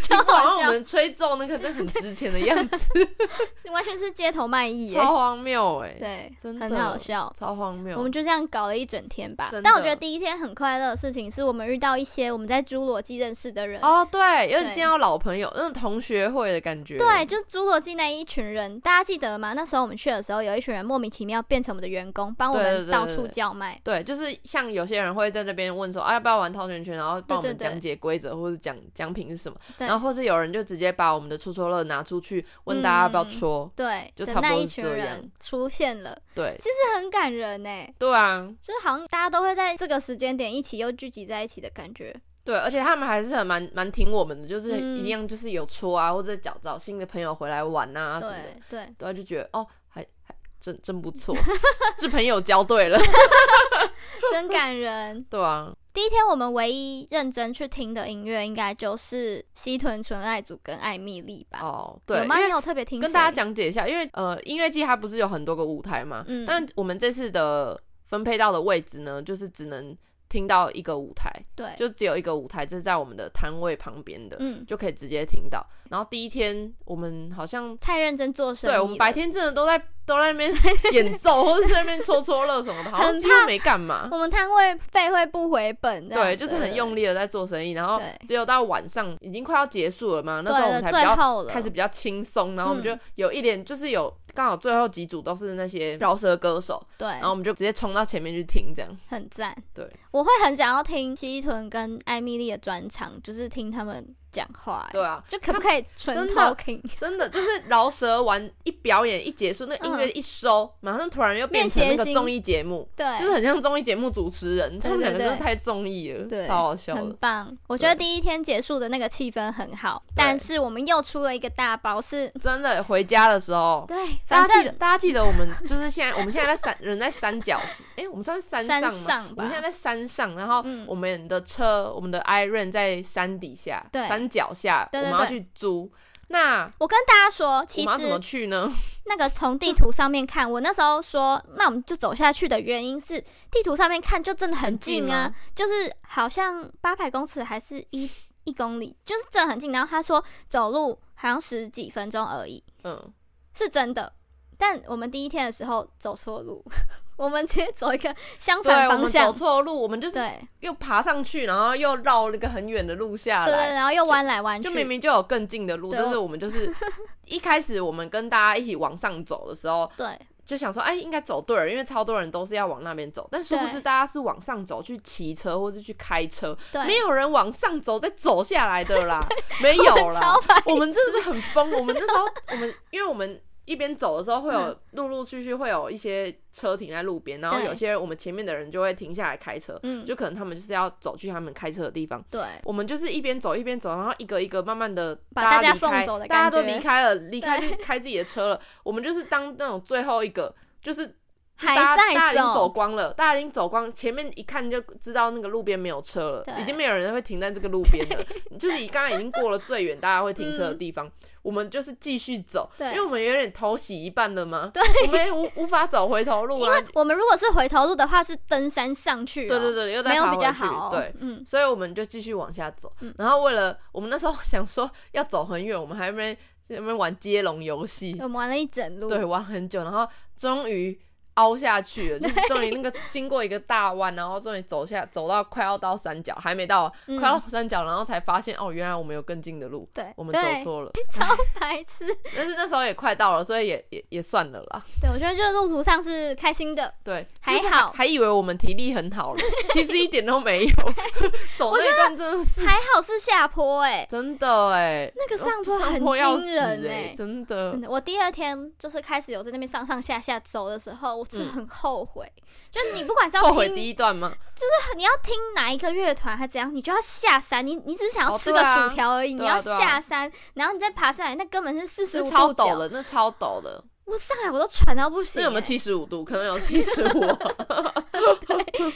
Speaker 1: 超
Speaker 2: 就好像
Speaker 1: 好
Speaker 2: 我
Speaker 1: 笑，
Speaker 2: 们吹奏那个那很值 钱的样子，
Speaker 1: 是完全是街头卖艺耶。
Speaker 2: 超荒谬哎、
Speaker 1: 对，
Speaker 2: 真的
Speaker 1: 很好笑。
Speaker 2: 超荒谬。
Speaker 1: 我们就这样搞了一整天吧
Speaker 2: 真。的
Speaker 1: 但我觉得第一天很快乐的事情是我们遇到一些我们在侏罗纪认识的人。
Speaker 2: 哦，对，有
Speaker 1: 对
Speaker 2: 点见到老朋友，那种同学会的感觉。
Speaker 1: 对，就是侏罗纪那一群人，大家记得吗？那时候我们去的时候，有一群人莫名其妙变成我们的员工，帮我
Speaker 2: 对对
Speaker 1: 们
Speaker 2: 对
Speaker 1: 到
Speaker 2: 对
Speaker 1: 处
Speaker 2: 对
Speaker 1: 叫卖。
Speaker 2: 对，就是像有些人会在那边问说啊，要不要玩套圈圈，然后帮我
Speaker 1: 对对
Speaker 2: 们
Speaker 1: 对
Speaker 2: 讲解规则，或是讲奖品是什么，
Speaker 1: 对
Speaker 2: 然后或是有人就直接把我们的戳戳乐拿出去问大家要
Speaker 1: 嗯
Speaker 2: 不要戳，
Speaker 1: 对
Speaker 2: 就
Speaker 1: 的
Speaker 2: 差不
Speaker 1: 那
Speaker 2: 多
Speaker 1: 一
Speaker 2: 是
Speaker 1: 群
Speaker 2: 这
Speaker 1: 人
Speaker 2: 样
Speaker 1: 出现了，
Speaker 2: 对
Speaker 1: 这很感人呢。
Speaker 2: 对啊，
Speaker 1: 就是好像大家都会在这个时间点一起又聚集在一起的感觉。
Speaker 2: 对，而且他们还是很蛮蛮挺我们的，就是
Speaker 1: 嗯
Speaker 2: 一样就是有戳啊，或者找找新的朋友回来玩啊什么的，
Speaker 1: 对对，
Speaker 2: 对啊，就觉得哦，还还真真不错， 是朋友交对了，
Speaker 1: 真感 人。
Speaker 2: 对啊，
Speaker 1: 第一天我们唯一认真去听的音乐，应该就是西屯纯爱组跟艾米丽吧？
Speaker 2: 哦，对，
Speaker 1: 有
Speaker 2: 因
Speaker 1: 吗？
Speaker 2: 为
Speaker 1: 你有特别听？
Speaker 2: 跟大家，讲解一下，因为呃，音乐季它不是有很多个舞台嘛，
Speaker 1: 嗯
Speaker 2: 但我们这次的分配到的位置呢，就是只能听到一个舞台，
Speaker 1: 对，
Speaker 2: 就只有一个舞台，这是在我们的摊位旁边的，
Speaker 1: 嗯，
Speaker 2: 就可以直接听到。然后第一天我们好像。
Speaker 1: 太认真做生意了，
Speaker 2: 对我们白天真的都在都在那边演奏，或者在那边戳戳乐 什么的，好像
Speaker 1: 很
Speaker 2: 几
Speaker 1: 怕
Speaker 2: 乎没 干嘛。
Speaker 1: 我们摊位费会不回本这样子，
Speaker 2: 对，就是很用力的在做生意，然后
Speaker 1: 啊对
Speaker 2: 只有到晚上已经快要结束了嘛，
Speaker 1: 对。
Speaker 2: 那时候我们
Speaker 1: 对
Speaker 2: 才
Speaker 1: 的，
Speaker 2: 比
Speaker 1: 最
Speaker 2: 较
Speaker 1: 后了，
Speaker 2: 开始比较轻松，然后我们
Speaker 1: 嗯
Speaker 2: 就有一点就是有刚好最后几组都是那些饶舌歌手，
Speaker 1: 对，
Speaker 2: 然后我们就直接冲到前面去听，这样
Speaker 1: 很赞。
Speaker 2: 对，
Speaker 1: 我会很想要听西屯跟艾米丽的专场，就是听他们讲话、欸
Speaker 2: 对啊，
Speaker 1: 就可不可以纯
Speaker 2: 真的
Speaker 1: talking
Speaker 2: 真的就是饶舌完一表演一结束，那个音乐
Speaker 1: 嗯
Speaker 2: 一收，马上突然又变成
Speaker 1: 变
Speaker 2: 那
Speaker 1: 谐
Speaker 2: 个
Speaker 1: 星
Speaker 2: 综艺节目，
Speaker 1: 对，
Speaker 2: 就是很像综艺节目主持人，他们
Speaker 1: 对
Speaker 2: 两
Speaker 1: 对
Speaker 2: 个真的
Speaker 1: 对
Speaker 2: 太综艺
Speaker 1: 对
Speaker 2: 了，超好笑
Speaker 1: 很
Speaker 2: 的。
Speaker 1: 棒。我觉得
Speaker 2: 对
Speaker 1: 第一天结束的那个气氛很好，但是我们又出了一个大包，是
Speaker 2: 真的，回家的时候，
Speaker 1: 对，
Speaker 2: 大
Speaker 1: 反
Speaker 2: 家记得，
Speaker 1: 正
Speaker 2: 大家记得我们就是现在，我们现在在山，人在山脚，哎、我们算是山
Speaker 1: 山
Speaker 2: 上吗？
Speaker 1: 上
Speaker 2: 我
Speaker 1: 吧
Speaker 2: 们，现在在山上，然后
Speaker 1: 嗯
Speaker 2: 我们的车，我们的 Iron 在山底下，
Speaker 1: 对
Speaker 2: 山脚下，
Speaker 1: 对对
Speaker 2: 我们要
Speaker 1: 对
Speaker 2: 去租。那
Speaker 1: 我跟大家说，
Speaker 2: 我
Speaker 1: 其
Speaker 2: 们要怎么
Speaker 1: 实
Speaker 2: 去呢？
Speaker 1: 那个从地图上面看，我那时候说，那我们就走下去的原因是，地图上面看就真的很近啊，
Speaker 2: 很
Speaker 1: 就是好像八百公尺还是一一公里，就是真的很近。然后他说走路好像十几分钟而已，
Speaker 2: 嗯，
Speaker 1: 是真的。但我们第一天的时候走错路， 我们直接走一个相
Speaker 2: 对，
Speaker 1: 反
Speaker 2: 我
Speaker 1: 方
Speaker 2: 们走
Speaker 1: 向，
Speaker 2: 错路，我们就是
Speaker 1: 对
Speaker 2: 又爬上去，然后又绕了一个很远的路下
Speaker 1: 对对，
Speaker 2: 来。
Speaker 1: 然后又弯来弯去，
Speaker 2: 就明明就有更近的路，
Speaker 1: 对
Speaker 2: 但是
Speaker 1: 我
Speaker 2: 我们就是 一开始我们跟大家一起往上走的时候，
Speaker 1: 对
Speaker 2: 就想说，哎，应该走对了，因为超多人都是要往那边走，但殊不
Speaker 1: 对
Speaker 2: 知大家是往上走去骑车或是去开车，
Speaker 1: 对，
Speaker 2: 没有人往上走再走下来 的啦，没有啦
Speaker 1: 超。白
Speaker 2: 我们真的是很疯，我们那时候我们因为我们一边走的时候会有陆陆续续会有一些车停在路边，然后
Speaker 1: 嗯对
Speaker 2: 有些人我们前面的人就会停下来开车，
Speaker 1: 嗯
Speaker 2: 就可能他们就是要走去他们开车的地方。
Speaker 1: 对
Speaker 2: 我们就是一边走一边走，然后一个一个慢慢的
Speaker 1: 把
Speaker 2: 大
Speaker 1: 大家
Speaker 2: 离开
Speaker 1: 送走的
Speaker 2: 大
Speaker 1: 感
Speaker 2: 家都
Speaker 1: 觉
Speaker 2: 离开了，离开去开自己的车了。我们就是当那种最后一个，就是就
Speaker 1: 还
Speaker 2: 大家
Speaker 1: 在
Speaker 2: 大家已经
Speaker 1: 走
Speaker 2: 走光了，大家已经走光，前面一看就知道那个路边没有车
Speaker 1: 对
Speaker 2: 了，已经没有人会停在这个路边了。就是你刚刚已经过了最远大家会停车的地方，我们就是继续走，
Speaker 1: 嗯对
Speaker 2: 因为我们有点头洗一半了嘛，我们也无无法走回头路啊。
Speaker 1: 我们如果是回头路的话，是登山上去、哦，
Speaker 2: 对对对，又再
Speaker 1: 没有
Speaker 2: 爬
Speaker 1: 比
Speaker 2: 回
Speaker 1: 较
Speaker 2: 去
Speaker 1: 好、哦，，
Speaker 2: 对。
Speaker 1: 嗯，
Speaker 2: 所以我们就继续往下走，
Speaker 1: 嗯
Speaker 2: 然后为了我们那时候想说要走很远，我们还在那边在那边玩接龙游戏，
Speaker 1: 我们玩了一整路，
Speaker 2: 对，玩很久，然后终于凹 下去了，就是终于那个经过一个大弯，然后终于走下走到快要到山脚，还没到，
Speaker 1: 嗯
Speaker 2: 快到山脚，然后才发现哦，原来我们有更近的路，
Speaker 1: 对，
Speaker 2: 我们
Speaker 1: 对
Speaker 2: 走错了。
Speaker 1: 超 白痴。
Speaker 2: 但是那时候也快到了，所以也也也算了啦。
Speaker 1: 对，我觉得就是路途上是开心的，
Speaker 2: 对，
Speaker 1: 还
Speaker 2: 就是
Speaker 1: 好
Speaker 2: 还以为我们体力 很好了，其实一点都没有。走那一段真的是
Speaker 1: 还好是下坡哎、
Speaker 2: 真的哎、
Speaker 1: 那个上坡很
Speaker 2: 上坡要
Speaker 1: 惊
Speaker 2: 死
Speaker 1: 人
Speaker 2: 哎、
Speaker 1: 欸
Speaker 2: 真的
Speaker 1: 真。的，我第二天就是开始有在那边上上下下走的时候，我是
Speaker 2: 嗯
Speaker 1: 很后悔。就是你不管是要
Speaker 2: 后悔
Speaker 1: 听，
Speaker 2: 第一段吗？
Speaker 1: 你要听哪一个乐团还怎样，你就要下山。你你只想要
Speaker 2: 哦
Speaker 1: 吃
Speaker 2: 对
Speaker 1: 个
Speaker 2: 啊
Speaker 1: 薯条而已，
Speaker 2: 对
Speaker 1: 你
Speaker 2: 啊
Speaker 1: 要
Speaker 2: 对啊
Speaker 1: 下山，然后你再爬上来，那根本是四十
Speaker 2: 是
Speaker 1: 五
Speaker 2: 超
Speaker 1: 度
Speaker 2: 陡
Speaker 1: 角。
Speaker 2: 的，那超陡的，
Speaker 1: 我上来我都喘到不行、
Speaker 2: 那有没有
Speaker 1: 欸啊
Speaker 2: 七十五度？可能有七十
Speaker 1: 好
Speaker 2: 五。
Speaker 1: 累哦。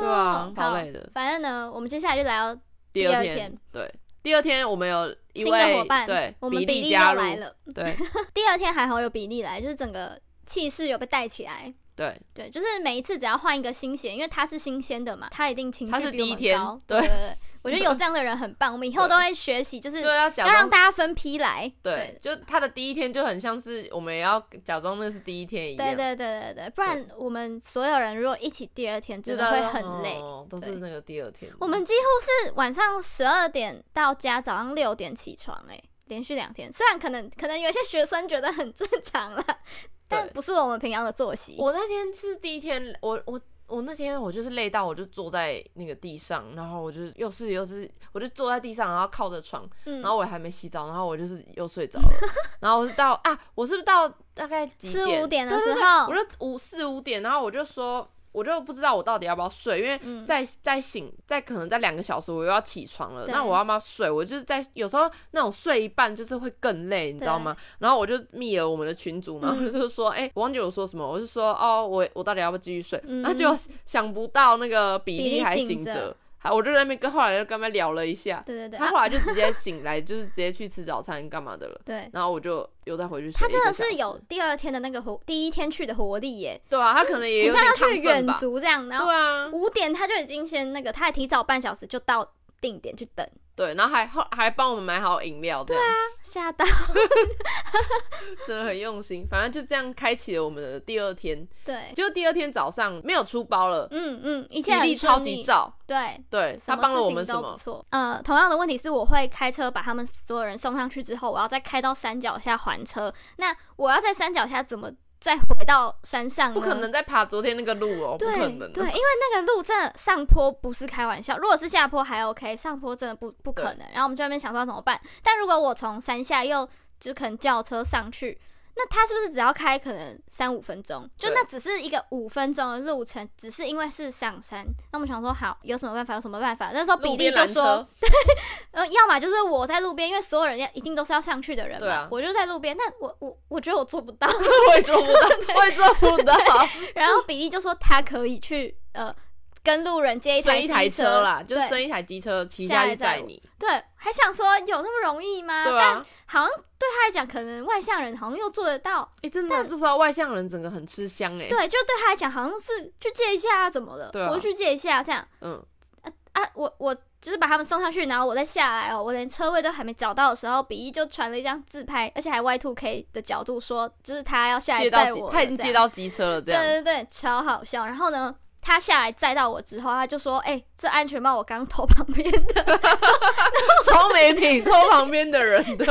Speaker 2: 对啊，
Speaker 1: 好
Speaker 2: 好累的。
Speaker 1: 反正呢，我们接下来就来到
Speaker 2: 第二
Speaker 1: 二
Speaker 2: 天，
Speaker 1: 天
Speaker 2: 对，第二天我们有一
Speaker 1: 新
Speaker 2: 位
Speaker 1: 的伙伴，
Speaker 2: 对，
Speaker 1: 我们
Speaker 2: 比
Speaker 1: 利
Speaker 2: 利
Speaker 1: 又
Speaker 2: 加入，
Speaker 1: 来了。
Speaker 2: 对
Speaker 1: 第二天还好有比利来，就是整个气势有被带起来。
Speaker 2: 对，
Speaker 1: 对，就是每一次只要换一个新鞋，因为他是新鲜的嘛，他一定情
Speaker 2: 他
Speaker 1: 绪
Speaker 2: 是
Speaker 1: 比我
Speaker 2: 第一
Speaker 1: 们
Speaker 2: 天
Speaker 1: 高。
Speaker 2: 对
Speaker 1: 对对，我觉得有这样的人很棒，我们以 后都会学习，就是
Speaker 2: 对啊，
Speaker 1: 要
Speaker 2: 假
Speaker 1: 让
Speaker 2: 装
Speaker 1: 大家分批来。
Speaker 2: 对，就他的第一天就很像是我们也要假装那是第一天一样，
Speaker 1: 对对对对对，不然我们所有人如果一起第二天，真
Speaker 2: 就
Speaker 1: 的
Speaker 2: 大
Speaker 1: 会
Speaker 2: 家
Speaker 1: 很累。
Speaker 2: 哦都是那个第二天。
Speaker 1: 我们几乎是晚上十二点到家，早上六点起床、欸，连续两天。虽然可能可能有些学生觉得很正常 啦，但不是我们平常的作息。
Speaker 2: 我那天是第一天，我我我那天我就是累到，我就坐在那个地上，然后我就又是又是，我就坐在地上，然后靠着床，
Speaker 1: 嗯
Speaker 2: 然，后我还没洗澡，然后我就是又睡着了， 然后我是到啊，我是不是到大概几
Speaker 1: 四五点的
Speaker 2: 对
Speaker 1: 时
Speaker 2: 对
Speaker 1: 候
Speaker 2: 我，就五四五点，然后我就说，我就不知道我到底要不要睡，因为
Speaker 1: 嗯
Speaker 2: 再再醒，再可能在两个小时我又要起床了，
Speaker 1: 对
Speaker 2: 那我要不要睡？我就是在有时候那种睡一半就是会更累，你知道吗？然后我就密了我们的群主嘛，
Speaker 1: 嗯
Speaker 2: 我就说，哎、我忘记我说什么，我就说，哦，我我到底要不要继续睡？
Speaker 1: 嗯
Speaker 2: 然后就想不到那个比
Speaker 1: 比
Speaker 2: 利
Speaker 1: 利
Speaker 2: 还
Speaker 1: 醒
Speaker 2: 醒
Speaker 1: 着
Speaker 2: 着。还我就在那边跟后来就跟他们聊了一下，
Speaker 1: 对对对，
Speaker 2: 他
Speaker 1: 啊
Speaker 2: 后来就直接醒来， 就是直接去吃早餐干嘛的了。
Speaker 1: 对。
Speaker 2: 然后我就又再回去睡
Speaker 1: 他
Speaker 2: 一个小
Speaker 1: 真
Speaker 2: 时。
Speaker 1: 的是有第二天的那个活，第一天去的活力耶，
Speaker 2: 对啊，他可能
Speaker 1: 很
Speaker 2: 也有
Speaker 1: 像
Speaker 2: 点
Speaker 1: 要去
Speaker 2: 亢奋
Speaker 1: 远
Speaker 2: 吧。
Speaker 1: 足这样，然后
Speaker 2: 对啊，
Speaker 1: 五点他就已经先那个，他还提早半小时就到定点去等，
Speaker 2: 对，然后还后还帮我们买好饮料，这样、
Speaker 1: 吓到。
Speaker 2: 真的很用心。反正就这样开启了我们的第二天，
Speaker 1: 对，
Speaker 2: 就第二天早上没有出包了，
Speaker 1: 嗯嗯，一
Speaker 2: 体
Speaker 1: 切很
Speaker 2: 力
Speaker 1: 顺
Speaker 2: 超级
Speaker 1: 利
Speaker 2: 照，
Speaker 1: 对，
Speaker 2: 对
Speaker 1: 什
Speaker 2: 他
Speaker 1: 么
Speaker 2: 帮了
Speaker 1: 事
Speaker 2: 我
Speaker 1: 情
Speaker 2: 们什
Speaker 1: 都不
Speaker 2: 么？
Speaker 1: 错。呃，同样的问题是，我会开车把他们所有人送上去之后，我要再开到山脚下还车。那我要在山脚下怎么再回到山上呢？
Speaker 2: 不可能再爬昨天那个路哦，不
Speaker 1: 嗯对
Speaker 2: 可能
Speaker 1: 对，
Speaker 2: 的。
Speaker 1: 因为那个路真的上坡不是开玩笑，如果是下坡还 OK，上坡真的不不可能。然后我们就在那边想说要怎么办，但如果我从山下又就可能叫车上去，那他是不是只要开可能三五分钟？就
Speaker 2: 对
Speaker 1: 那只是一个五分钟的路程，只是因为是上山。那我们想说好，有什么办法？有什么办法？那时候比
Speaker 2: 路
Speaker 1: 利
Speaker 2: 边
Speaker 1: 就
Speaker 2: 拦
Speaker 1: 说
Speaker 2: 车，，
Speaker 1: 呃，要么就是我在路边，因为所有人要一定都是要上去的人嘛，
Speaker 2: 对啊
Speaker 1: 我就在路边。那我我我觉得我做不到。
Speaker 2: 我也做不 到，我也做不到，
Speaker 1: 然后比利就说他可以去呃跟路人 借一台
Speaker 2: 生一台
Speaker 1: 机
Speaker 2: 车啦，就
Speaker 1: 对
Speaker 2: 生一台机车，骑
Speaker 1: 下
Speaker 2: 下
Speaker 1: 来
Speaker 2: 去
Speaker 1: 载
Speaker 2: 载
Speaker 1: 我
Speaker 2: 你，
Speaker 1: 对，还想说有那么容易吗？
Speaker 2: 对
Speaker 1: 但
Speaker 2: 啊。
Speaker 1: 好像对他来讲，可能外向人好像又做得到，
Speaker 2: 哎，真的，这时候外向人整个很吃香哎。
Speaker 1: 对，就对他来讲好像是去借一下、啊、怎么了？
Speaker 2: 对啊
Speaker 1: 我去借一下这样
Speaker 2: 嗯，
Speaker 1: 啊，我我就是把他们送上去，然后我再下来哦，我连车位都还没找到的时候，比利就传了一张自拍，而且还 Y two K 的角度说，就是他要下来
Speaker 2: 借到
Speaker 1: 载
Speaker 2: 机
Speaker 1: 我了，
Speaker 2: 他已经
Speaker 1: 这
Speaker 2: 借
Speaker 1: 样
Speaker 2: 到机车了，这样。
Speaker 1: 对对对，超好笑。然后呢，他下来载到我之后，他就说：“哎、这安全帽我刚偷 旁边的。
Speaker 2: 超没品，偷旁边的人的。”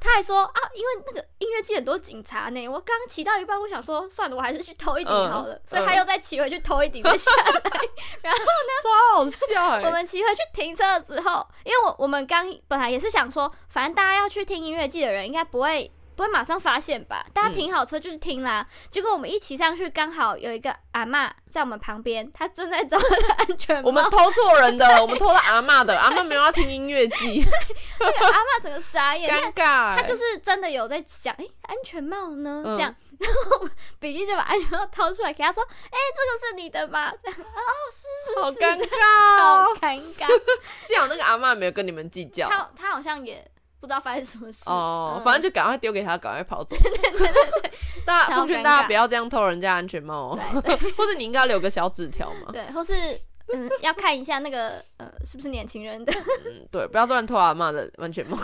Speaker 1: 他还说：“啊，因为那个音乐季很多警察呢，我刚骑到一半，我想说算了，我还是去偷一顶好了。
Speaker 2: 嗯
Speaker 1: 所以他又再骑回去偷一顶，再下来。
Speaker 2: 超好笑哎、
Speaker 1: 我们骑回去停车的时候，因为我我们刚本来也是想说，反正大家要去听音乐季的人应该不会。不会马上发现吧？大家停好车就去听啦。结果我们一骑上去，刚好有一个阿嬷在我们旁边，她正在找她的安全帽。
Speaker 2: 我们偷错人的 了，我们偷了阿嬷的，阿嬷没有要听音乐剧，
Speaker 1: 那个阿嬷整个傻眼，
Speaker 2: 尴尬、欸
Speaker 1: 他就是是真的有在讲，哎、安全帽呢？
Speaker 2: 嗯
Speaker 1: 这样， 然后比利就把安全帽掏出来给他说，哎、这个是你的吗？这样，哦，
Speaker 2: 好
Speaker 1: 是是
Speaker 2: 尴
Speaker 1: 是，
Speaker 2: 尬、
Speaker 1: 超
Speaker 2: 哦。
Speaker 1: 尴 尬。
Speaker 2: 幸好那个阿嬷没有跟你们计较
Speaker 1: 他他好像也不知道发生什么事
Speaker 2: 哦，
Speaker 1: 嗯
Speaker 2: 反正就赶快丢给他，赶 快跑走。大
Speaker 1: 超
Speaker 2: 家奉
Speaker 1: 尴
Speaker 2: 劝大
Speaker 1: 尬
Speaker 2: 家不要这样偷人家安全帽哦，
Speaker 1: 对对
Speaker 2: 或者你应该留个小纸条嘛。
Speaker 1: 对，或是嗯，要看一下那个呃，是不是年轻人的？
Speaker 2: 嗯，对，不要乱偷阿嬷的安全帽。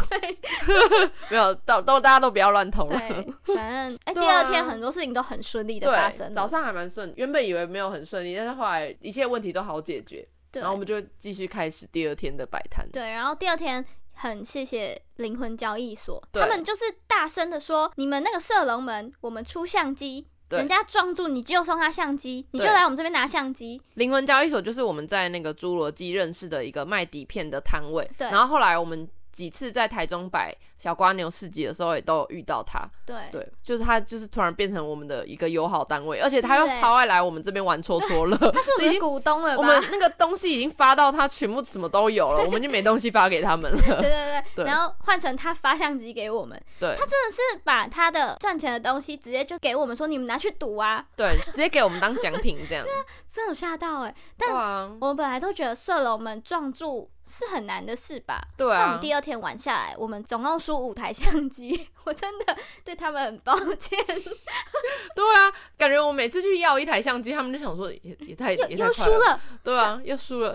Speaker 2: 没有，都都大家都不要乱偷了。
Speaker 1: 对，反正哎、
Speaker 2: 对
Speaker 1: 第二
Speaker 2: 啊
Speaker 1: 天很多事情都很顺利的
Speaker 2: 对
Speaker 1: 发生了
Speaker 2: 早上还蛮顺，原本以为没有很顺利，但是后来一切问题都好解决，
Speaker 1: 对
Speaker 2: 然后我们就继续开始第二天的摆摊。
Speaker 1: 对，然后第二天很谢谢灵魂交易所，
Speaker 2: 对
Speaker 1: 他们就是大声的说：“你们那个射龙门，我们出相机，
Speaker 2: 对
Speaker 1: 人家撞住你就送他相机，你就
Speaker 2: 对
Speaker 1: 来我们这边拿相机。
Speaker 2: 灵魂交易所就是我们在那个侏罗纪认识的一个卖底片的摊位，
Speaker 1: 对
Speaker 2: 然后后来我们几次在台中摆小瓜牛市集的时候也都有遇到他，”
Speaker 1: 对，
Speaker 2: 对，就是他就是突然变成我们的一个友好单位，而且他
Speaker 1: 是
Speaker 2: 又
Speaker 1: 欸
Speaker 2: 超爱来我们这边玩戳 戳乐，
Speaker 1: 他是我
Speaker 2: 已
Speaker 1: 们的
Speaker 2: 经
Speaker 1: 股东了吧？
Speaker 2: 我们那个东西已经发到他全部什么都有了，我们就没东西发给他们 了，
Speaker 1: 对对对，
Speaker 2: 对
Speaker 1: 然后换成他发相机给我们，
Speaker 2: 对
Speaker 1: 他真的是把他的赚钱的东西直接就给我们说你们拿去赌啊，
Speaker 2: 对，直接给我们当奖品这样，
Speaker 1: 真的有吓到哎、但
Speaker 2: 对啊，
Speaker 1: 我们本来都觉得射龙门撞住是很难的事吧，
Speaker 2: 对
Speaker 1: 那我
Speaker 2: 啊
Speaker 1: 们，第二天玩下来，我们总共输五台相机， 我真的对他们很抱歉，
Speaker 2: 对啊，感 觉我每次去要一台相机，他们就想说也也太也
Speaker 1: 又
Speaker 2: 太
Speaker 1: 又输
Speaker 2: 快了，
Speaker 1: 了。
Speaker 2: 对啊，又输了，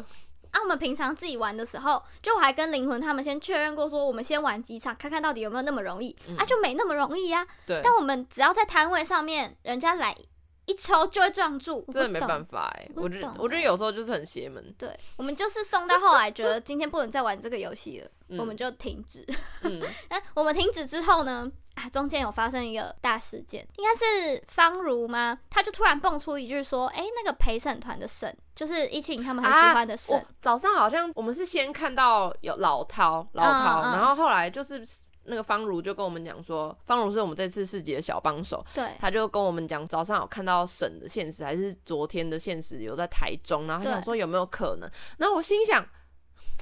Speaker 1: 啊，我们平常自己玩的时候，就我还跟灵魂他们先确认过，说我们先玩几场，看看到底有没有那么容易、啊，就没那么容易呀、
Speaker 2: 嗯对，
Speaker 1: 但我们只要在摊位上面，人家来一抽就会撞住，我
Speaker 2: 真的
Speaker 1: 不
Speaker 2: 没
Speaker 1: 懂
Speaker 2: 办法哎、
Speaker 1: 我
Speaker 2: 我觉得
Speaker 1: 懂欸
Speaker 2: 我觉得有时候就是很邪门，
Speaker 1: 对，我们就是送到后来，觉得今天不能再玩这个游戏了，
Speaker 2: 嗯
Speaker 1: 我们就停止。
Speaker 2: 嗯，
Speaker 1: 那我们停止之后呢？啊，中间有发生一个大事件，应该是方如吗？她就突然蹦出一句说：“哎、那个陪审团的审，就是一庆他们很喜欢的审。
Speaker 2: 啊我早上好像我们是先看到有老涛，老涛，
Speaker 1: 嗯嗯
Speaker 2: 然后后来就是那个方如就跟我们讲说，方如是我们这次市集的小帮手，
Speaker 1: 对
Speaker 2: 他就跟我们讲早上有看到省的现实还是昨天的现实有在台中，然后他
Speaker 1: 对
Speaker 2: 想说有没有可能，然后我心想。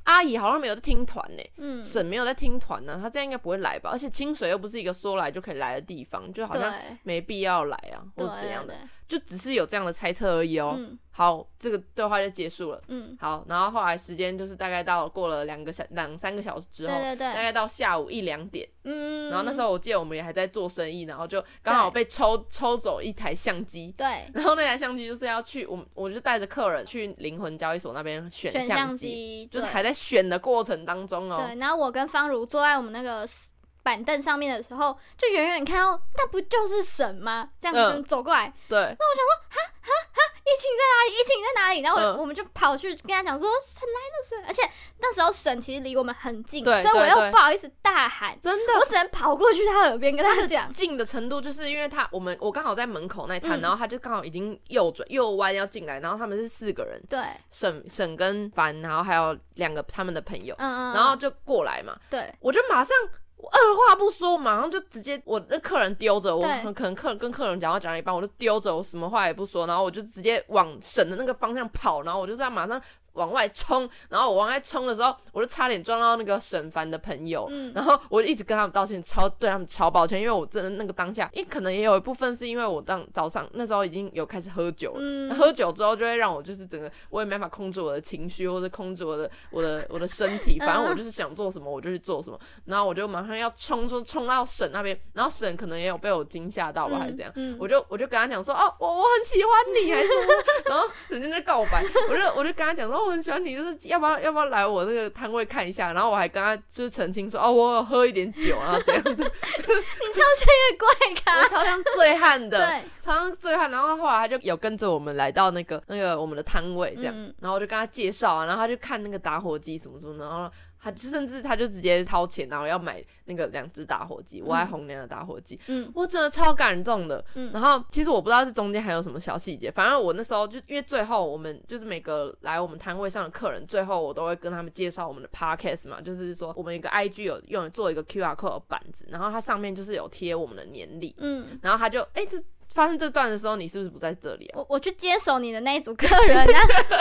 Speaker 2: 阿姨好像没有在听团欸呢、
Speaker 1: 嗯，
Speaker 2: 省没有在听团呢、她这样应该不会来吧？而且清水又不是一个说来就可以来的地方，就好
Speaker 1: 对
Speaker 2: 像没必要来啊，或
Speaker 1: 对
Speaker 2: 是怎样的，
Speaker 1: 对
Speaker 2: 就只是有这样的猜测而已哦、
Speaker 1: 嗯
Speaker 2: 好，这个对话就结束了。
Speaker 1: 嗯，
Speaker 2: 好，然后后来时间就是大概到过了两个小两三个小时之
Speaker 1: 对
Speaker 2: 后，
Speaker 1: 对
Speaker 2: 大
Speaker 1: 对，
Speaker 2: 概到下午一两点，
Speaker 1: 嗯。
Speaker 2: 然后那时候我记得我们也还在做生意，然后就刚好被抽抽走一台 相机。
Speaker 1: 对
Speaker 2: 然后那台相机就是要去，我我就带着客人去灵魂交易所那边选
Speaker 1: 选
Speaker 2: 相
Speaker 1: 相
Speaker 2: 机，
Speaker 1: 机，
Speaker 2: 就是
Speaker 1: 对
Speaker 2: 还在选的过程当中哦。
Speaker 1: 对，然后我跟方如坐在我们那个 s- 板凳上面的时候，就远远看到，那不就是神吗？这样子
Speaker 2: 嗯
Speaker 1: 走过来，
Speaker 2: 对，
Speaker 1: 疫情在哪里？疫情在哪里？然后我、
Speaker 2: 嗯
Speaker 1: 我们就跑去跟他讲说神来了神，而且那时候神其实离我们很近，
Speaker 2: 对
Speaker 1: 所以我
Speaker 2: 对
Speaker 1: 又
Speaker 2: 对
Speaker 1: 不好意思大喊，
Speaker 2: 真的
Speaker 1: 我只能跑过去他耳边跟他 讲，
Speaker 2: 近的程度，就是因为他我们我刚好在门口那摊，
Speaker 1: 嗯
Speaker 2: 然后他就刚好已经右转右弯要进来，然后他们是四个人，
Speaker 1: 对，
Speaker 2: 沈沈跟凡，然后还有两个他们的朋友，
Speaker 1: 嗯嗯，
Speaker 2: 然后就过来嘛，
Speaker 1: 对
Speaker 2: 我就马上我二话不说，我马上就直接我那客人丢着我
Speaker 1: 对，
Speaker 2: 可能客人跟客人讲话讲到一半，我就丢着，我什么话也不说，然后我就直接往省的那个方向跑，然后我就这样马上往外冲，然后我往外冲的时候，我就差点撞到那个沈凡的朋友。
Speaker 1: 嗯
Speaker 2: 然后我就一直跟他们道歉，超对他们超抱歉，因为我真的那个当下，因为可能也有一部分是因为我当早上那时候已经有开始喝酒了，
Speaker 1: 嗯
Speaker 2: 喝酒之后就会让我就是整个我也没办法控制我的情绪，或者控制我的我的我的身体，
Speaker 1: 嗯
Speaker 2: 反正我就是想做什么我就去做什么，然后我就马上要冲出冲到沈那边，然后沈可能也有被我惊吓到吧，还是怎样。
Speaker 1: 嗯，
Speaker 2: 我就我就跟他讲说，哦，我我很喜欢你，还是什么然后人家在告白，我就我就跟他讲说，哦我很喜欢你，就是要不要要不要来我那个摊位看一下，然后我还跟他就是澄清说，哦，我有喝一点酒啊，怎样的，
Speaker 1: 你超像一个怪咖
Speaker 2: 我，超像醉汉的，
Speaker 1: 对，
Speaker 2: 超像醉汉。然后后来他就有跟着我们来到那个那个我们的摊位这样，
Speaker 1: 嗯
Speaker 2: 然后我就跟他介绍啊，然后他就看那个打火机什么什么，然后他就甚至他就直接掏钱，然后要买那个两只打火机，我爱红娘的打火机，
Speaker 1: 嗯
Speaker 2: 我真的超感动的。
Speaker 1: 嗯
Speaker 2: 然后其实我不知道这中间还有什么小细节，反正我那时候就因为最后我们就是每个来我们摊位上的客人，最后我都会跟他们介绍我们的 podcast 嘛，就是说我们有一个 IG 有用做一个 QR code 的板子，然后它上面就是有贴我们的年历，
Speaker 1: 嗯。
Speaker 2: 然后他就哎、这发生这段的时候，你是不是不在这里啊？
Speaker 1: 我我去接手你的那一组客人 啊，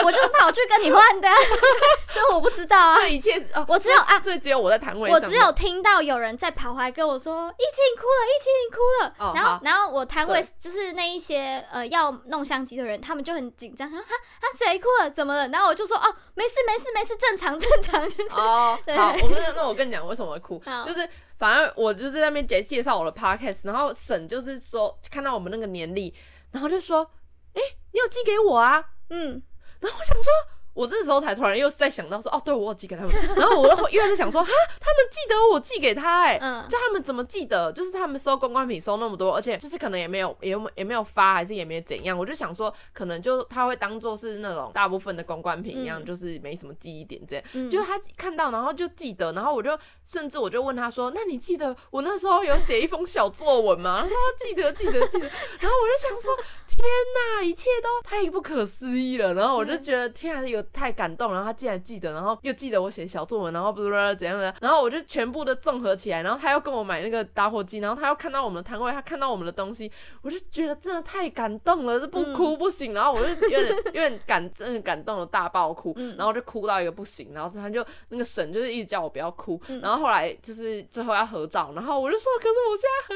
Speaker 1: 我就是跑去跟你换的啊， 所以我不知道啊。
Speaker 2: 这一切哦，
Speaker 1: 我只有啊，
Speaker 2: 这只有我在摊位
Speaker 1: 我
Speaker 2: 上，哦
Speaker 1: 只有听到有人在跑回来跟我说：“一七零哭了，一七零哭了。
Speaker 2: 哦
Speaker 1: 然后
Speaker 2: 好，
Speaker 1: 然后我摊位
Speaker 2: 对
Speaker 1: 就是那一些呃要弄相机的人，他们就很紧张，说：“哈哈，谁哭了？怎么了？”然后我就说：“哦，没事没事没事，正常 正常，就是、
Speaker 2: 哦，
Speaker 1: 对
Speaker 2: 好，我跟那我跟你讲为什么会哭
Speaker 1: 好，
Speaker 2: 就是反正我就是在那边介介绍我的 podcast，然后沈就是说看到我们那个年历，然后就说，哎、你有寄给我啊？
Speaker 1: 嗯，
Speaker 2: 然后我想说。我这时候才突然又在想到说，哦，对我有寄给他们，然后我又又在想说，哈，他们记得我寄给他、哎、
Speaker 1: 嗯
Speaker 2: 就他们怎么记得？就是他们收公关品收那么多，而且就是可能也没有也没有也没有发，还是也没有怎样。我就想说，可能就他会当做是那种大部分的公关品一样，
Speaker 1: 嗯
Speaker 2: 就是没什么记忆点这样。
Speaker 1: 嗯，
Speaker 2: 就他看到，然后就记得，然后我就甚至我就问他说：“那你记得我那时候有写一封小作文吗？”他说：“哦记得，记得，记得。”然后我就想说：“天哪，一切都太不可思议了。”然后我就觉得天啊，有太感动。然后他竟然记得，然后又记得我写小作文，然后不啦怎样的，然后我就全部的综合起来，然后他又跟我买那个打火机，然后他又看到我们的摊位，他看到我们的东西，我就觉得真的太感动了，这不哭不行。然后我就有点有点感，真的感动的大爆哭，
Speaker 1: 嗯
Speaker 2: 然后就哭到一个不行。然后他就那个神就是一直叫我不要哭，然后后来就是最后要合照，然后我就说，可是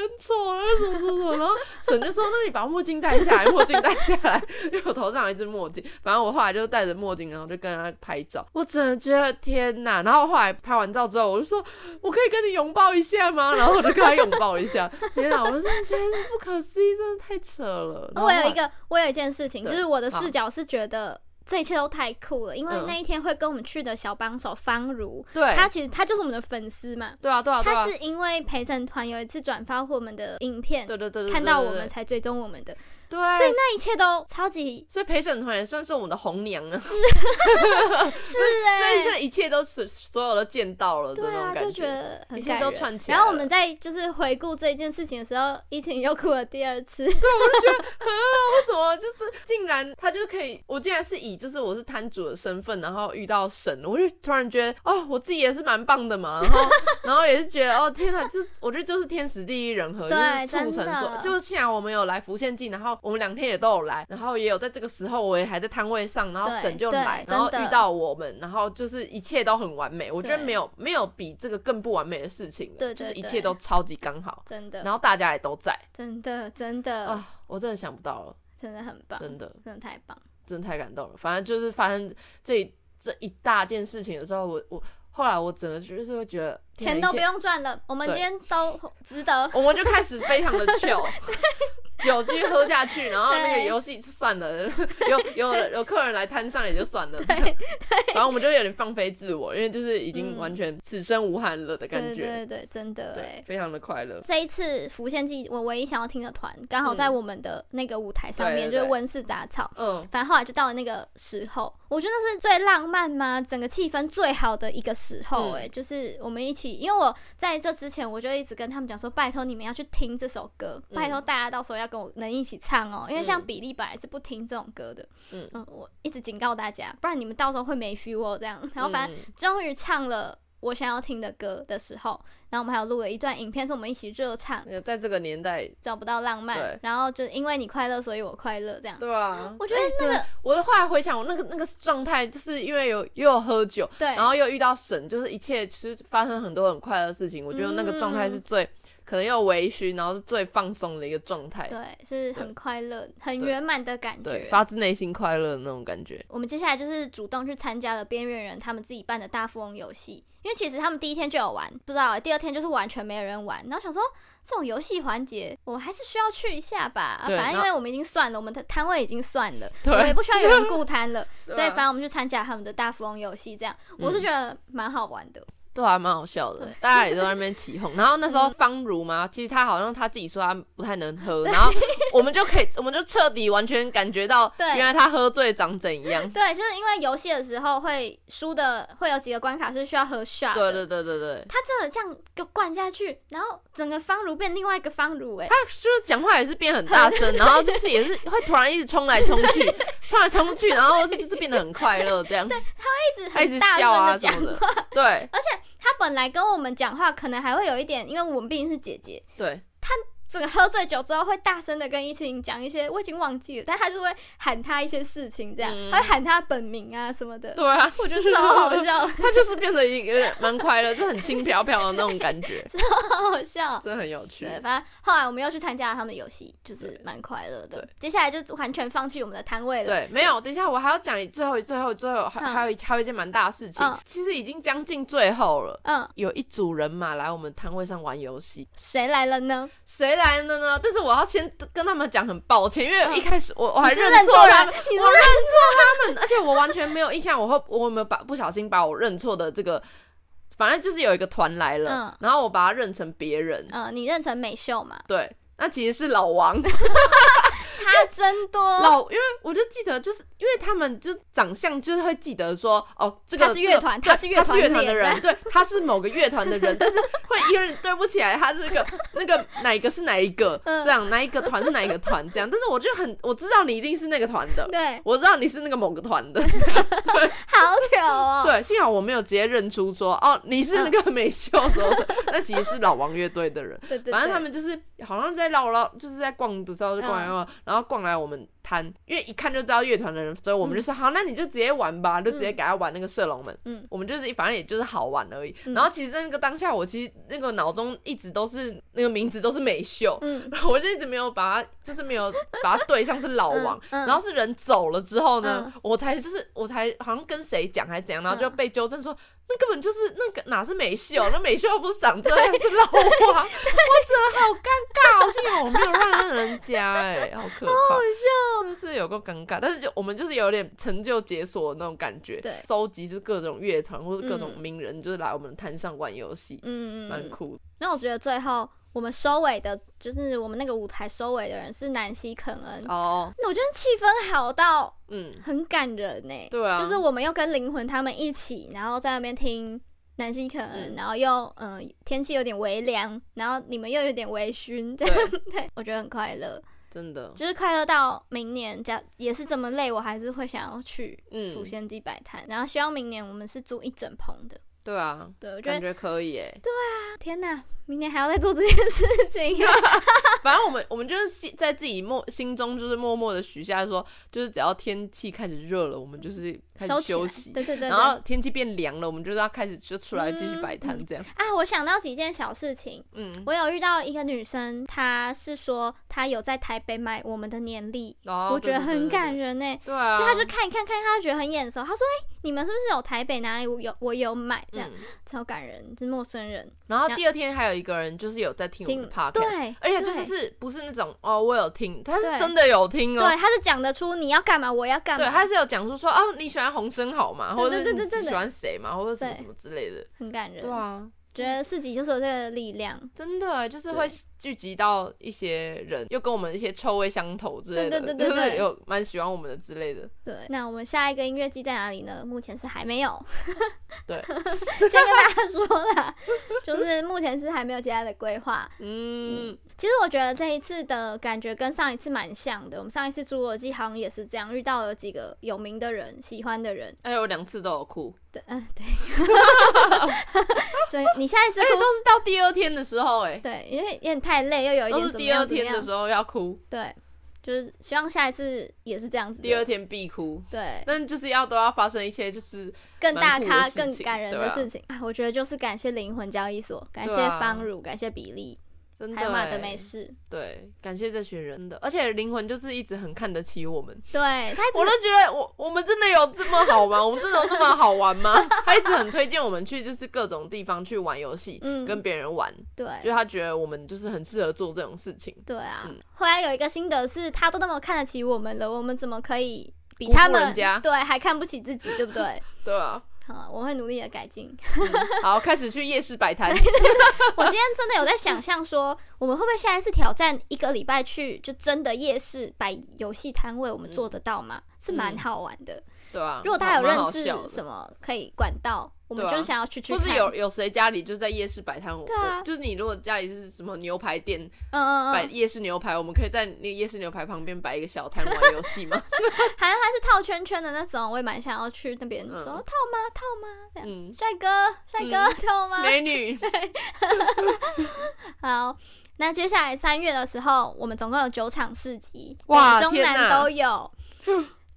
Speaker 2: 我现在很丑啊，什么什么什么。然后神就说，那你把墨镜戴下来，墨镜戴下来，因为我头上有一只墨镜。反正我后来就戴着墨镜，然后就跟他拍照。我真的觉得天哪！然后后来拍完照之后，我就说，我可以跟你拥抱一下吗？然后我就跟他拥抱一下。天哪！我真的觉得这不可思议，真的太扯了。然
Speaker 1: 我
Speaker 2: 后后来
Speaker 1: 有一个我有一件事情，就
Speaker 2: 对
Speaker 1: 是我的
Speaker 2: 好
Speaker 1: 视角是觉得这一切都太酷了，因为
Speaker 2: 嗯
Speaker 1: 那一天会跟我们去的小帮手方如，
Speaker 2: 对，
Speaker 1: 他其实他就是我们的粉丝嘛，
Speaker 2: 对啊，对啊，对啊
Speaker 1: 他，是因为陪审团有一次转发我们的影片，
Speaker 2: 对对对哎对，对
Speaker 1: 看到
Speaker 2: 对
Speaker 1: 我们
Speaker 2: 对
Speaker 1: 才追踪我们的，
Speaker 2: 对，
Speaker 1: 所以那一切都超级
Speaker 2: 所以陪审团也算是我们的红娘啊，所
Speaker 1: 是
Speaker 2: 以
Speaker 1: 哎、
Speaker 2: 这一切都是所有都见到了的
Speaker 1: 对
Speaker 2: 那
Speaker 1: 啊，
Speaker 2: 种感
Speaker 1: 就觉得很
Speaker 2: 一
Speaker 1: 感
Speaker 2: 切都
Speaker 1: 人。
Speaker 2: 串起来了。
Speaker 1: 然后我们在就是回顾这一件事情的时候，疫情又哭了第二次，
Speaker 2: 为什么就是竟然他就是可以，我竟然是以就是我是摊主的身份，然后遇到神，我就突然觉得哦，我自己也是蛮棒的 嘛，然后然后也是觉得哦天哪，就是我觉得就是天时地利人和，就
Speaker 1: 对
Speaker 2: 是促成
Speaker 1: 真
Speaker 2: 说
Speaker 1: 的，
Speaker 2: 就是既然我们有来浮现记，然后我们两天也都有来，然后也有在这个时候我也还在摊位上，然后
Speaker 1: 对
Speaker 2: 神就
Speaker 1: 对
Speaker 2: 来，
Speaker 1: 真
Speaker 2: 然后
Speaker 1: 的
Speaker 2: 遇到我们，然后就是一切都很完美，我觉得
Speaker 1: 对
Speaker 2: 没有没有比这个更不完美的事情了，
Speaker 1: 对对
Speaker 2: 就是一
Speaker 1: 对
Speaker 2: 切都超级刚好，
Speaker 1: 真的，
Speaker 2: 然后大家也都在
Speaker 1: 真的，真的，
Speaker 2: 啊，我真的想不到了，
Speaker 1: 真的很棒，
Speaker 2: 真的。
Speaker 1: 真的太棒。
Speaker 2: 真的太感动了。反正就是发生这一这一大件事情的时候，我我后来我整个就是会觉得
Speaker 1: 钱都不。
Speaker 2: 天哪一切
Speaker 1: 用赚了，我们
Speaker 2: 对
Speaker 1: 今天都值得。
Speaker 2: 我们就开始非常的 chill，酒继续喝下去，然后那个
Speaker 1: 对
Speaker 2: 游戏就算了， 有有有客人来摊上也就算了，这
Speaker 1: 对
Speaker 2: 样然后我们就有点放飞自我，因为就是已经完全此生无憾了的感
Speaker 1: 对
Speaker 2: 觉，
Speaker 1: 对对，真的哎
Speaker 2: 对，。非常的快乐。
Speaker 1: 这一次浮现记，我唯一想要听的团，刚好在我们的那个舞台上面，
Speaker 2: 嗯对对
Speaker 1: 就
Speaker 2: 对
Speaker 1: 是温室杂草。
Speaker 2: 嗯，
Speaker 1: 反正后来就到了那个时候，我觉得那是最浪漫嘛，整个气氛最好的一个时候、
Speaker 2: 嗯
Speaker 1: 哎、就是我们一起，因为我在这之前我就一直跟他们讲说，拜托你们要去听这首歌，
Speaker 2: 嗯
Speaker 1: 拜托大家到时候要跟我能一起唱哦、因为像
Speaker 2: 嗯
Speaker 1: 比利本来是不听这种歌的，嗯
Speaker 2: 嗯
Speaker 1: 我一直警告大家，不然你们到时候会没 feel 哦这样。
Speaker 2: 嗯
Speaker 1: 然后反正终于唱了我想要听的歌的时候，然后我们还有录了一段影片，是我们一起热唱
Speaker 2: 那。个在这个年代，
Speaker 1: 找不到浪漫
Speaker 2: 对，
Speaker 1: 然后就因为你快乐，所以我快乐，这样
Speaker 2: 对吧？
Speaker 1: 我觉得
Speaker 2: 哎真的，我后来回想，我那个那个状态，就是因为有又有喝酒，
Speaker 1: 对。
Speaker 2: 然后又遇到神，就是一切其实发生很多很快乐的事情。我觉得那个状态是
Speaker 1: 嗯
Speaker 2: 最、可能又微醺，然后是最放松的一个状态，
Speaker 1: 对，是
Speaker 2: 对
Speaker 1: 很快乐、很
Speaker 2: 对
Speaker 1: 圆满的感
Speaker 2: 对，
Speaker 1: 觉。
Speaker 2: 发自内心快乐的那种感觉。
Speaker 1: 我们接下来就是主动去参加了边缘人他们自己办的大富翁游戏，因为其实他们第一天就有玩，不知道第二天就是完全没有人玩，然后想说这种游戏环节我还是需要去一下吧，啊
Speaker 2: 对
Speaker 1: 反正因
Speaker 2: 然
Speaker 1: 为我们已经算了，我们的摊位已经算了，
Speaker 2: 对
Speaker 1: 我们也不需要有人顾摊了，
Speaker 2: 对啊嗯
Speaker 1: 所以反正我们去参加他们的大富翁游戏，这样我是觉得蛮好玩的，
Speaker 2: 对啊，蛮好笑的
Speaker 1: 对，嗯
Speaker 2: 大家也都在那边 起哄。然后那时候方如嘛，其实她好像她自己说她不太能喝，然后我们就可以， 我们就彻底完全感觉到，
Speaker 1: 对
Speaker 2: 原来她喝醉长怎样。
Speaker 1: 对，就是因为游戏的时候会输的会有几个关卡是需要喝 shot
Speaker 2: 对
Speaker 1: 的，
Speaker 2: 对对对对，
Speaker 1: 他真的这样给我灌下去，然后整个方如变另外一个方如、欸，哎
Speaker 2: 她，就是讲话也是变很大 声，然后就是也是会突然一直冲来冲去，冲来冲去，然后就是变得很快乐 这样。
Speaker 1: 一直
Speaker 2: 他一直
Speaker 1: 很大
Speaker 2: 笑啊
Speaker 1: 声的
Speaker 2: 什
Speaker 1: 讲
Speaker 2: 么的
Speaker 1: 话。，
Speaker 2: 对
Speaker 1: 他本来跟我们讲话可能还会有一点，因为我们毕竟是姐姐，
Speaker 2: 对
Speaker 1: 整个喝醉酒之后会大声的跟一晴讲一些，我已经忘记了，但他就会喊他一些事情，这样，
Speaker 2: 嗯
Speaker 1: 他会喊他本名啊什么的，
Speaker 2: 对啊，
Speaker 1: 我觉得超好，笑，
Speaker 2: 他就是变得一个蛮快乐，就很轻飘飘的那种感 觉，
Speaker 1: 超好笑。
Speaker 2: 真的很有趣。
Speaker 1: 对，反正后来我们又去参加了他们的游戏，就是
Speaker 2: 对
Speaker 1: 蛮快乐的
Speaker 2: 对。
Speaker 1: 接下来就完全放弃我们的摊位了。
Speaker 2: 对，没有，等一下，我还要讲最后最后最后还
Speaker 1: 嗯
Speaker 2: 还有一还有一件蛮大的事情
Speaker 1: 嗯，
Speaker 2: 其实已经将近最后了。
Speaker 1: 嗯，
Speaker 2: 有一组人马来我们摊位上玩游戏，
Speaker 1: 谁来了呢？
Speaker 2: 谁来的呢？但是我要先跟他们讲很抱歉，因
Speaker 1: 嗯
Speaker 2: 为一开始我我还
Speaker 1: 你是
Speaker 2: 认错
Speaker 1: 错
Speaker 2: 他
Speaker 1: 人，
Speaker 2: 们，
Speaker 1: 你是
Speaker 2: 我认错他们，而且我完全没有印象，我会我有没有把不小心把我认错的这个，反正就是有一个团来了，
Speaker 1: 嗯
Speaker 2: 然后我把它认成别人，
Speaker 1: 嗯，你认成美秀嘛？
Speaker 2: 对，那其实是老 王
Speaker 1: 差真多。
Speaker 2: 老，因为我就记得就是因为他们就长相就是会记得说哦，这个
Speaker 1: 他是
Speaker 2: 这个
Speaker 1: 乐团
Speaker 2: 他
Speaker 1: 他是乐
Speaker 2: 他是乐
Speaker 1: 团
Speaker 2: 团的
Speaker 1: 脸
Speaker 2: 人，对，他是某个乐团的人，但是会有点对不起来，他那个那个哪一个是哪一个
Speaker 1: 嗯
Speaker 2: 这样，哪一个团是哪一个团这样，但是我就很我知道你一定是那个团的。
Speaker 1: 对，
Speaker 2: 我知道你是那个某个团的，
Speaker 1: 好糗 哦。
Speaker 2: 对，幸好我没有直接认出说，哦，你是那个美秀什么的，
Speaker 1: 嗯
Speaker 2: 那其实是老王乐队的人。
Speaker 1: 对对对，嗯
Speaker 2: 反正他们就是好像在绕绕，就是在逛的时候就逛来逛，然后逛来我们摊，因为一看就知道乐团的人，所以我们就说、好，那你就直接玩吧，就直接给他玩那个射龙门。
Speaker 1: 嗯
Speaker 2: 我们就是反正也就是好玩而已。
Speaker 1: 嗯
Speaker 2: 然后其实那个当下，我其实那个脑中一直都是那个名字都是美秀，
Speaker 1: 嗯，
Speaker 2: 我就一直没有把它，就是没有把它对象是老王。
Speaker 1: 嗯，嗯嗯
Speaker 2: 然后是人走了之后呢，我才就是我才好像跟谁讲还是怎样，然后就被纠正说、那根本就是那个哪是 美秀，那美秀又不是长这样，是老花，我真的好尴尬，我幸好我没有让那人家哎、好可怕，好笑，真的是有够尴尬。但是就我们就是有点成就解锁的那种感觉，
Speaker 1: 对
Speaker 2: 收集就是各种乐团或是各种
Speaker 1: 嗯
Speaker 2: 名人，就是来我们摊上玩游戏，
Speaker 1: 嗯嗯
Speaker 2: 蛮、
Speaker 1: 嗯。
Speaker 2: 酷的。
Speaker 1: 那我觉得最后我们收尾的，就是我们那个舞台收尾的人是南希肯恩，
Speaker 2: 哦，
Speaker 1: 那我觉得气氛好到
Speaker 2: 嗯，
Speaker 1: 很感人呢、
Speaker 2: 对啊，
Speaker 1: 就是我们又跟灵魂他们一起，然后在那边听南希肯恩，
Speaker 2: 嗯
Speaker 1: 然后又嗯、呃天气有点微凉，然后你们又有点微醺，这样
Speaker 2: 对，
Speaker 1: 对 我觉得很快乐，
Speaker 2: 真的，
Speaker 1: 就是快乐到明年，假也是这么累，我还是会想要去
Speaker 2: 嗯
Speaker 1: 祖，先祭摆摊，然后希望明年我们是租一整棚的，
Speaker 2: 对啊，
Speaker 1: 对我觉
Speaker 2: 感
Speaker 1: 得啊
Speaker 2: 觉可以哎诶。
Speaker 1: 天哪，明年还要再做这件事 情，啊
Speaker 2: 反正我们我们就是心在自己默心中就是默默的许下说，就是只要天气开始热了，我们就是开
Speaker 1: 收
Speaker 2: 始
Speaker 1: 起来
Speaker 2: 休息。
Speaker 1: 啊对对对对
Speaker 2: 然后天气变凉了，我们就是要开始就出来继续摆摊这样。
Speaker 1: 啊，我想到几件小事情，
Speaker 2: 嗯，
Speaker 1: 我有遇到一个女生，她是说她有在台北买我们的年历，
Speaker 2: 哦
Speaker 1: 我觉得很感。
Speaker 2: 对对对对
Speaker 1: 人呢、
Speaker 2: 对啊，
Speaker 1: 就她就看一看看一看，她觉得很眼熟，她说：“哎、你们是不是有台北哪里我有我有买？”这样、
Speaker 2: 嗯。
Speaker 1: 超感人，是陌生人
Speaker 2: 然后第二天还有一个人就是有在听我们
Speaker 1: 听
Speaker 2: 的 podcast，
Speaker 1: 对，
Speaker 2: 而且就是
Speaker 1: 对
Speaker 2: 是不是那种哦我有听，他是
Speaker 1: 对
Speaker 2: 真的有听哦。
Speaker 1: 对，她是讲得出你要干嘛，我要干
Speaker 2: 对，
Speaker 1: 嘛，
Speaker 2: 他是有讲述说哦你喜欢洪生豪嘛，
Speaker 1: 对
Speaker 2: 或者
Speaker 1: 对
Speaker 2: 是
Speaker 1: 对对对
Speaker 2: 你喜
Speaker 1: 对
Speaker 2: 欢谁嘛，或者什么
Speaker 1: 对
Speaker 2: 什么之类的。
Speaker 1: 很感人。
Speaker 2: 对啊，
Speaker 1: 觉得市集就是有这个力量，
Speaker 2: 真的就是
Speaker 1: 对
Speaker 2: 会聚集到一些人，又跟我们一些臭味相投之类的，
Speaker 1: 对对对对
Speaker 2: 就是
Speaker 1: 对
Speaker 2: 有蛮喜欢我们的之类的。
Speaker 1: 对。那我们下一个音乐季在哪里呢？目前是还没有，
Speaker 2: 对，
Speaker 1: 先跟大家说啦， 就是目前是还没有其他的规划，
Speaker 2: 嗯，
Speaker 1: 其实我觉得这一次的感觉跟上一次蛮像的。我们上一次侏罗纪好像也是这样，遇到了几个有名的人、喜欢的人。
Speaker 2: 哎，有两次都有哭，
Speaker 1: 对，嗯、对。 所以你下一次
Speaker 2: 而且
Speaker 1: 哭
Speaker 2: 哎都，是到第二天的时候，哎，
Speaker 1: 对，因为有点太累，又有一
Speaker 2: 都
Speaker 1: 点
Speaker 2: 是
Speaker 1: 怎么
Speaker 2: 第二
Speaker 1: 样怎么
Speaker 2: 天的
Speaker 1: 样
Speaker 2: 时，候要哭，
Speaker 1: 对，就是希望下一次也是这样子的。
Speaker 2: 第二天必哭，
Speaker 1: 对，
Speaker 2: 但就是要都要发生一些就是
Speaker 1: 更大
Speaker 2: 蛮酷的
Speaker 1: 咖、
Speaker 2: 事情
Speaker 1: 更感人
Speaker 2: 对
Speaker 1: 的
Speaker 2: 啊
Speaker 1: 事情啊我觉得就是感谢灵魂交易所，感谢
Speaker 2: 对啊
Speaker 1: 方如，感谢比利，
Speaker 2: 真的
Speaker 1: 还有马
Speaker 2: 哎
Speaker 1: 德美士，
Speaker 2: 对，感谢这群人真的，而且灵魂就是一直很看得起我们，
Speaker 1: 对他一直
Speaker 2: 我都觉得我我们真的有这么 好吗？我们真的有这么好玩吗？他一直很推荐我们去就是各种地方去玩游戏，
Speaker 1: 嗯
Speaker 2: 跟别人玩，就
Speaker 1: 对
Speaker 2: 他觉得我们就是很适合做这种事情，
Speaker 1: 对啊。
Speaker 2: 嗯
Speaker 1: 后来有一个心得是，他都那么看得起我们了，我们怎么可以比
Speaker 2: 辜负
Speaker 1: 他们
Speaker 2: 人家
Speaker 1: 对还看不起自己，对不对？
Speaker 2: 对啊。
Speaker 1: 好，我会努力的改进。
Speaker 2: 好，开始去夜市摆摊，
Speaker 1: 我今天真的有在想象说，我们会不会下一次挑战一个礼拜去就真的夜市摆游戏摊位，我
Speaker 2: 嗯
Speaker 1: 们做得到吗？是蛮好玩的。
Speaker 2: 对啊。
Speaker 1: 如果大家有
Speaker 2: 蛮
Speaker 1: 认
Speaker 2: 好
Speaker 1: 识
Speaker 2: 笑的
Speaker 1: 什么可以管道，我们
Speaker 2: 对啊
Speaker 1: 就想要去去
Speaker 2: 或
Speaker 1: 看。
Speaker 2: 是有有谁家里就在夜市摆摊，我
Speaker 1: 对啊
Speaker 2: 我就是你如果家里是什么牛排店
Speaker 1: 嗯嗯
Speaker 2: 摆
Speaker 1: 嗯，
Speaker 2: 夜市牛排，我们可以在那个夜市牛排旁边摆一个小摊玩游戏吗？
Speaker 1: 还有它是套圈圈的那种，我也蛮想要去那边说套吗？套吗？这样
Speaker 2: 嗯，
Speaker 1: 帅哥，帅哥，套吗？
Speaker 2: 美女，
Speaker 1: 好，那接下来三月的时候，我们总共有九场市集，
Speaker 2: 哇
Speaker 1: 北中
Speaker 2: 天
Speaker 1: 南
Speaker 2: 哪
Speaker 1: 都 有。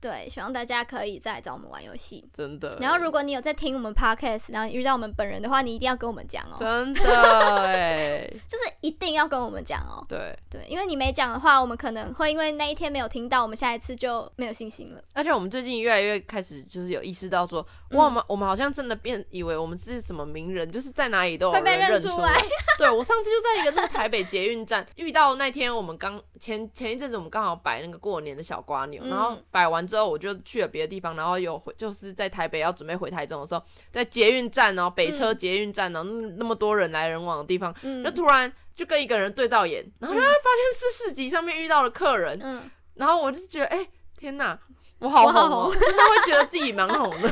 Speaker 1: 对，希望大家可以再来找我们玩游戏。
Speaker 2: 真的。
Speaker 1: 然后，如果你有在听我们 podcast，然后你遇到我们本人的话，你一定要跟我们讲哦，
Speaker 2: 真的哎，
Speaker 1: 就是一定要跟我们讲哦。
Speaker 2: 对，
Speaker 1: 对，因为你没讲的话，我们可能会因为那一天没有听到，我们下一次就没有信心了。
Speaker 2: 而且我们最近越来越开始就是有意识到说，
Speaker 1: 嗯
Speaker 2: 哇，我们我们好像真的变以为我们是什么名人，就是在哪里都有
Speaker 1: 会被
Speaker 2: 人
Speaker 1: 认
Speaker 2: 认
Speaker 1: 出
Speaker 2: 出
Speaker 1: 来
Speaker 2: 来。 对我上次就在一个那个台北捷运站遇到那天，我们刚前前一阵子我们刚好摆那个过年的小瓜牛，
Speaker 1: 嗯
Speaker 2: 然后摆完之后我就去了别的地方，然后有回就是在台北要准备回台中的时候，在捷运站哦，北车捷运站哦，那那么多人来人往的地方，
Speaker 1: 嗯
Speaker 2: 就突然就跟一个人对到眼，然后就发现是市集上面遇到了客人，
Speaker 1: 嗯，
Speaker 2: 然后我就觉得，哎、天哪，我好
Speaker 1: 我
Speaker 2: 红
Speaker 1: 好
Speaker 2: 哦、
Speaker 1: 红
Speaker 2: 真的会觉得自己蛮红 的。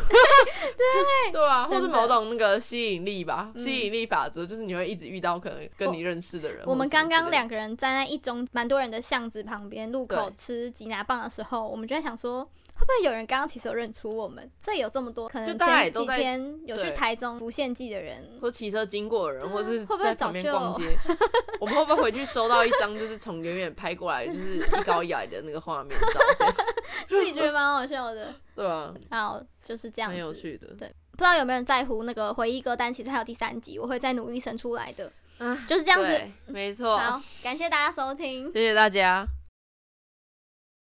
Speaker 2: 对对啊，或
Speaker 1: 真
Speaker 2: 是
Speaker 1: 的
Speaker 2: 某种那个吸引力吧，
Speaker 1: 嗯
Speaker 2: 吸引力法则就是你会一直遇到可能跟你认识的人。
Speaker 1: 我们
Speaker 2: 或什
Speaker 1: 刚
Speaker 2: 么
Speaker 1: 刚
Speaker 2: 之类的
Speaker 1: 两个人站在一中蛮多人的巷子旁边路口
Speaker 2: 对
Speaker 1: 吃吉拿棒的时候，我们就在想说，会不会有人刚刚其实有认出我们？这有这么多，可
Speaker 2: 就
Speaker 1: 能
Speaker 2: 大家也
Speaker 1: 前
Speaker 2: 都
Speaker 1: 几
Speaker 2: 在
Speaker 1: 天有去
Speaker 2: 对
Speaker 1: 台中不献祭的人，
Speaker 2: 或骑车经过的 人，或者是
Speaker 1: 会不会
Speaker 2: 在旁边
Speaker 1: 早就哦
Speaker 2: 逛街，我们会不会回去收到一张就是从远远拍过来就是一高一矮的那个画面照片？
Speaker 1: 自己觉得蛮好笑的。
Speaker 2: 对啊，
Speaker 1: 然后就是这样
Speaker 2: 蛮有
Speaker 1: 子，
Speaker 2: 趣的。
Speaker 1: 不知道有没有人在乎那个回忆歌单？其实还有第三集，我会再努力生出来的。
Speaker 2: 唉
Speaker 1: 就是这
Speaker 2: 这
Speaker 1: 样子。
Speaker 2: 没错。
Speaker 1: 好，感谢大家收听。
Speaker 2: 谢谢大家，